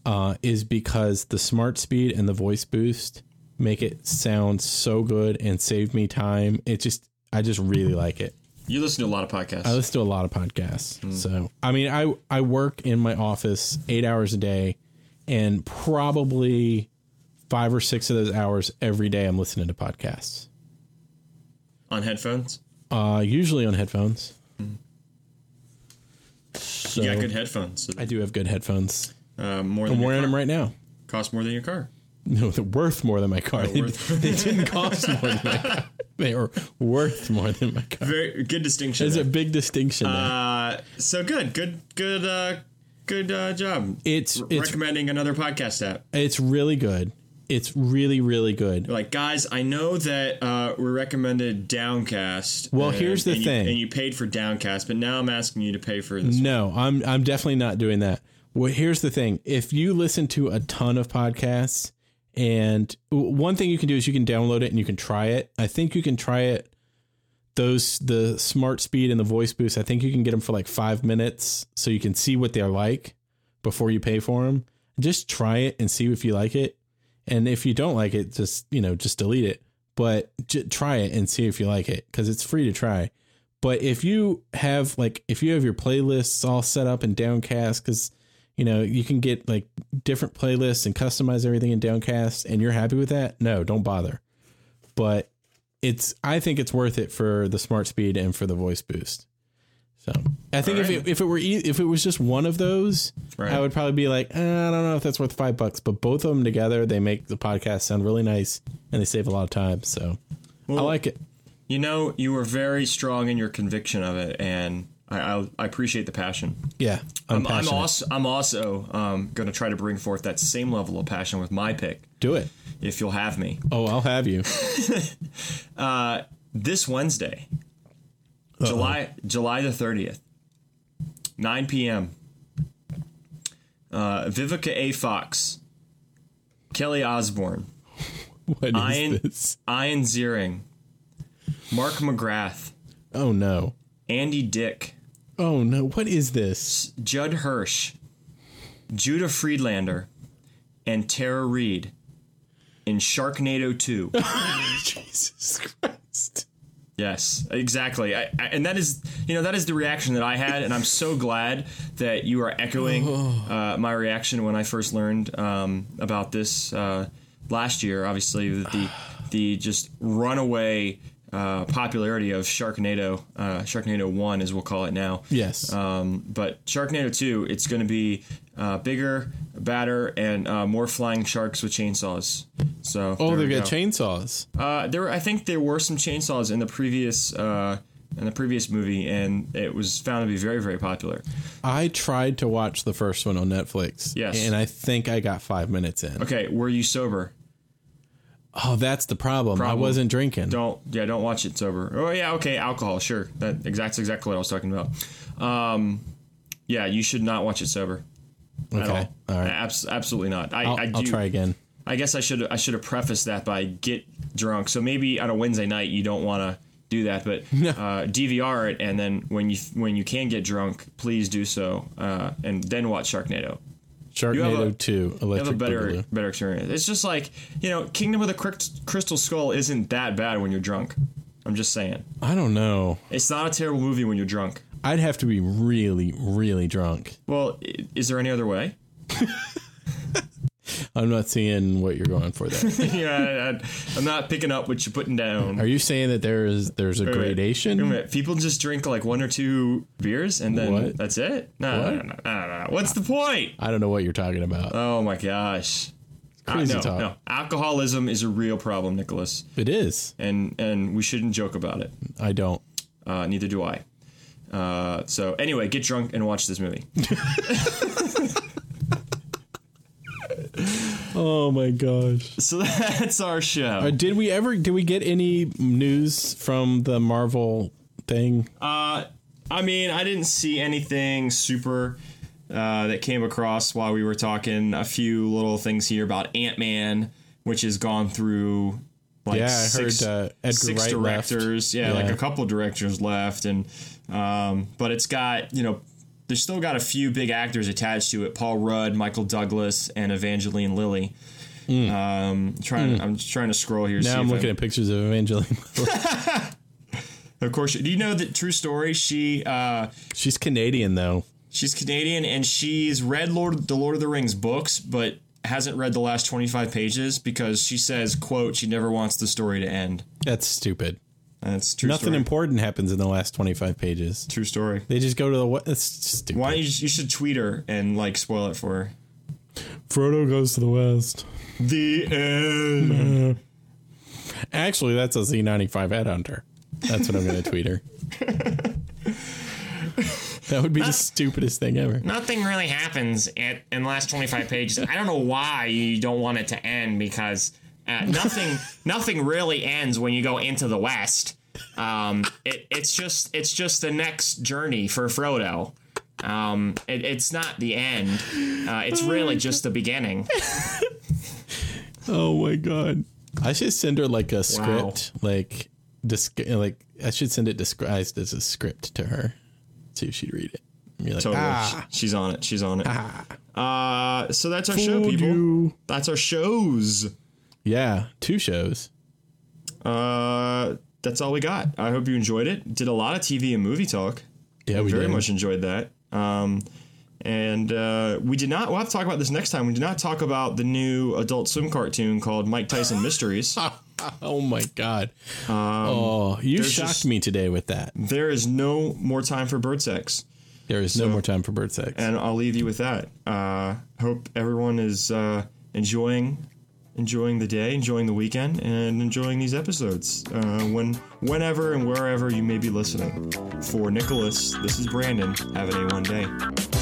[SPEAKER 2] uh, is because the smart speed and the voice boost make it sound so good and save me time. It just, I just really like it.
[SPEAKER 1] You listen to a lot of podcasts.
[SPEAKER 2] I listen to a lot of podcasts. So, I mean, I, I work in my office eight hours a day and probably five or six of those hours every day I'm listening to podcasts,
[SPEAKER 1] on headphones.
[SPEAKER 2] uh, usually on headphones. So,
[SPEAKER 1] You got good headphones.
[SPEAKER 2] I do have good headphones.
[SPEAKER 1] Uh, more than
[SPEAKER 2] I'm
[SPEAKER 1] your
[SPEAKER 2] wearing
[SPEAKER 1] car.
[SPEAKER 2] them right now.
[SPEAKER 1] Cost more than your car.
[SPEAKER 2] No, they're worth more than my car. They,
[SPEAKER 1] worth-
[SPEAKER 2] [laughs] they didn't cost more than my car. They are worth more than my car.
[SPEAKER 1] Very good distinction.
[SPEAKER 2] There's
[SPEAKER 1] there.
[SPEAKER 2] a big distinction there.
[SPEAKER 1] Uh, so good, good, good, uh, good uh, job.
[SPEAKER 2] it's
[SPEAKER 1] R-
[SPEAKER 2] it's
[SPEAKER 1] recommending another podcast app.
[SPEAKER 2] it's really good. It's really really good.
[SPEAKER 1] Like, guys, I know that uh, we recommended Downcast.
[SPEAKER 2] Well,
[SPEAKER 1] and-
[SPEAKER 2] here's the
[SPEAKER 1] and you-
[SPEAKER 2] thing.
[SPEAKER 1] and you paid for Downcast, but now I'm asking you to pay for this.
[SPEAKER 2] No, I'm I'm definitely not doing that. Well, here's the thing: if you listen to a ton of podcasts, and w- one thing you can do is you can download it and you can try it. I think you can try it. Those the smart speed and the voice boost. I think you can get them for like five minutes, so you can see what they're like before you pay for them. Just try it and see if you like it. And if you don't like it, just you know, just delete it. But j- try it and see if you like it because it's free to try. But if you have like if you have your playlists all set up in Downcast, because you know you can get like different playlists and customize everything in Downcast, and you're happy with that, no, don't bother. But it's I think it's worth it for the smart speed and for the voice boost. So I think if it, if it were e- if it was just one of those,
[SPEAKER 1] Right.
[SPEAKER 2] I would probably be like eh, I don't know if that's worth five bucks. But both of them together, they make the podcast sound really nice and they save a lot of time. So I like it.
[SPEAKER 1] you know, you were very strong in your conviction of it, and I, I, I appreciate the passion.
[SPEAKER 2] Yeah,
[SPEAKER 1] I'm, I'm
[SPEAKER 2] passionate.
[SPEAKER 1] also I'm also um, going to try to bring forth that same level of passion with my pick,
[SPEAKER 2] Do it.
[SPEAKER 1] if you'll have me.
[SPEAKER 2] Oh, I'll have you. [laughs]
[SPEAKER 1] This Wednesday, July July the thirtieth, nine p.m. Uh, Vivica A. Fox, Kelly Osborne,
[SPEAKER 2] What is
[SPEAKER 1] Ian-
[SPEAKER 2] this?
[SPEAKER 1] Ian Ziering, Mark McGrath,
[SPEAKER 2] Oh no.
[SPEAKER 1] Andy Dick,
[SPEAKER 2] Oh no. What
[SPEAKER 1] [laughs]
[SPEAKER 2] is this?
[SPEAKER 1] Judd Hirsch, Judah Friedlander, and Tara Reid in Sharknado 2.
[SPEAKER 2] Jesus Christ.
[SPEAKER 1] yes, exactly. I, I, and that is, you know, that is the reaction that I had, and I'm so glad that you are echoing uh, my reaction when I first learned um, about this uh, last year. Obviously, that the the just runaway. Uh, popularity of Sharknado, uh, Sharknado One, as we'll call it now.
[SPEAKER 2] Yes.
[SPEAKER 1] Um, but Sharknado 2, it's going to be uh, bigger, badder, and uh, more flying sharks with chainsaws. So
[SPEAKER 2] oh,
[SPEAKER 1] there
[SPEAKER 2] they've
[SPEAKER 1] we
[SPEAKER 2] got
[SPEAKER 1] go.
[SPEAKER 2] chainsaws.
[SPEAKER 1] Uh, there, I think there were some chainsaws in the previous uh, in the previous movie, and it was found to be very, very popular.
[SPEAKER 2] I tried to watch the first one on Netflix.
[SPEAKER 1] Yes.
[SPEAKER 2] And I think I got five minutes in.
[SPEAKER 1] Okay, were you sober?
[SPEAKER 2] Oh, that's the problem. I
[SPEAKER 1] Problem.
[SPEAKER 2] wasn't drinking.
[SPEAKER 1] Don't yeah, don't watch it sober. Oh yeah, okay, alcohol, sure. That exactly exactly what I was talking about. Um, yeah, you should not watch it sober.
[SPEAKER 2] okay.
[SPEAKER 1] At all.
[SPEAKER 2] All right.
[SPEAKER 1] Abs- absolutely not. I,
[SPEAKER 2] I'll,
[SPEAKER 1] I do.
[SPEAKER 2] I'll try again.
[SPEAKER 1] I guess I should I should have prefaced that by get drunk. So maybe on a Wednesday night you don't want to do that, but uh, DVR it, and then when you when you can get drunk, please do so, uh, and then watch Sharknado. have a-
[SPEAKER 2] Sharknado 2
[SPEAKER 1] You have a
[SPEAKER 2] Electric
[SPEAKER 1] better
[SPEAKER 2] Boogaloo.
[SPEAKER 1] better experience. It's just like you know, Kingdom of the Crypt- Crystal Skull isn't that bad when you're drunk. I'm just saying,
[SPEAKER 2] I don't know.
[SPEAKER 1] it's not a terrible movie when you're drunk.
[SPEAKER 2] I'd have to be really, really drunk.
[SPEAKER 1] Well, i- is there any other way? [laughs]
[SPEAKER 2] I'm not seeing what you're going
[SPEAKER 1] [laughs]
[SPEAKER 2] for there.
[SPEAKER 1] yeah, I, I'm not picking up what you're putting down.
[SPEAKER 2] Are you saying that there is there's a
[SPEAKER 1] Wait,
[SPEAKER 2] gradation?
[SPEAKER 1] wait a minute. People just drink like one or two beers and then
[SPEAKER 2] What?
[SPEAKER 1] that's it. No, no, no, no, no, no. What's the point?
[SPEAKER 2] I don't know what you're talking about.
[SPEAKER 1] Oh my gosh. Uh,
[SPEAKER 2] crazy
[SPEAKER 1] no,
[SPEAKER 2] talk.
[SPEAKER 1] no. Alcoholism is a real problem, Nicholas,
[SPEAKER 2] It is.
[SPEAKER 1] and and we shouldn't joke about it.
[SPEAKER 2] I don't.
[SPEAKER 1] Uh, neither do I. Uh, so anyway, get drunk and watch this movie. [laughs]
[SPEAKER 2] Oh my gosh.
[SPEAKER 1] So that's our show.
[SPEAKER 2] Uh, Did we ever did we get any news from the Marvel thing?
[SPEAKER 1] I mean, I didn't see anything super uh, that came across while we were talking. A few little things here about Ant Man, which has gone through like
[SPEAKER 2] Yeah, I
[SPEAKER 1] six,
[SPEAKER 2] heard, uh, Edgar
[SPEAKER 1] six
[SPEAKER 2] Wright left.
[SPEAKER 1] directors. Yeah, like a couple directors left, and um, but it's got you know. There's still got a few big actors attached to it: Paul Rudd, Michael Douglas, and Evangeline Lilly. Um, trying, I'm just trying to scroll here.
[SPEAKER 2] Mm. now I'm looking at pictures of Evangeline. [laughs]
[SPEAKER 1] Of course, do you know the true story? She uh,
[SPEAKER 2] She's Canadian though.
[SPEAKER 1] She's Canadian and she's read Lord the Lord of the Rings books, but hasn't read the last 25 pages because she says, quote, she never wants the story to end.
[SPEAKER 2] That's stupid.
[SPEAKER 1] That's true
[SPEAKER 2] Nothing
[SPEAKER 1] story.
[SPEAKER 2] important happens in the last 25 pages.
[SPEAKER 1] true story.
[SPEAKER 2] They just go to the west. That's stupid.
[SPEAKER 1] Why don't you, you should tweet her and like spoil it for her.
[SPEAKER 2] Frodo goes to the west.
[SPEAKER 1] The end.
[SPEAKER 2] Actually, that's a Z95 ad hunter. That's what I'm going to tweet [laughs] her. That would be the stupidest thing ever.
[SPEAKER 4] nothing really happens at, in the last 25 pages. I don't know why you don't want it to end because uh, nothing [laughs] nothing really ends when you go into the West. Um, it, it's just it's just the next journey for Frodo. Um, it, it's not the end. Uh, it's really just the beginning.
[SPEAKER 2] Oh my god! I should send her like a script, like disc- like I should send it disguised as a script to her, see if she'd read it. And You're like,
[SPEAKER 1] Totally.
[SPEAKER 2] ah,
[SPEAKER 1] She's on it. She's on it. Uh, so that's our show,
[SPEAKER 2] fooled
[SPEAKER 1] people.
[SPEAKER 2] you.
[SPEAKER 1] That's our shows.
[SPEAKER 2] yeah, two shows.
[SPEAKER 1] Uh, that's all we got. I hope you enjoyed it. Did a lot of TV and movie talk.
[SPEAKER 2] Yeah, we
[SPEAKER 1] very
[SPEAKER 2] did.
[SPEAKER 1] much enjoyed that. Um, and uh, we did not. We'll have to talk about this next time. We did not talk about the new Adult Swim cartoon called Mike Tyson
[SPEAKER 2] [laughs]
[SPEAKER 1] Mysteries.
[SPEAKER 2] Oh my god! oh, you shocked
[SPEAKER 1] just-
[SPEAKER 2] me today with that.
[SPEAKER 1] There is no more time for bird sex,
[SPEAKER 2] There is no more time for bird sex.
[SPEAKER 1] and I'll leave you with that. Uh, hope everyone is uh, enjoying enjoying the day, enjoying the weekend, and enjoying these episodes. Uh, when, whenever, and wherever you may be listening. For Nicholas, this is Brandon. Have an A1 day.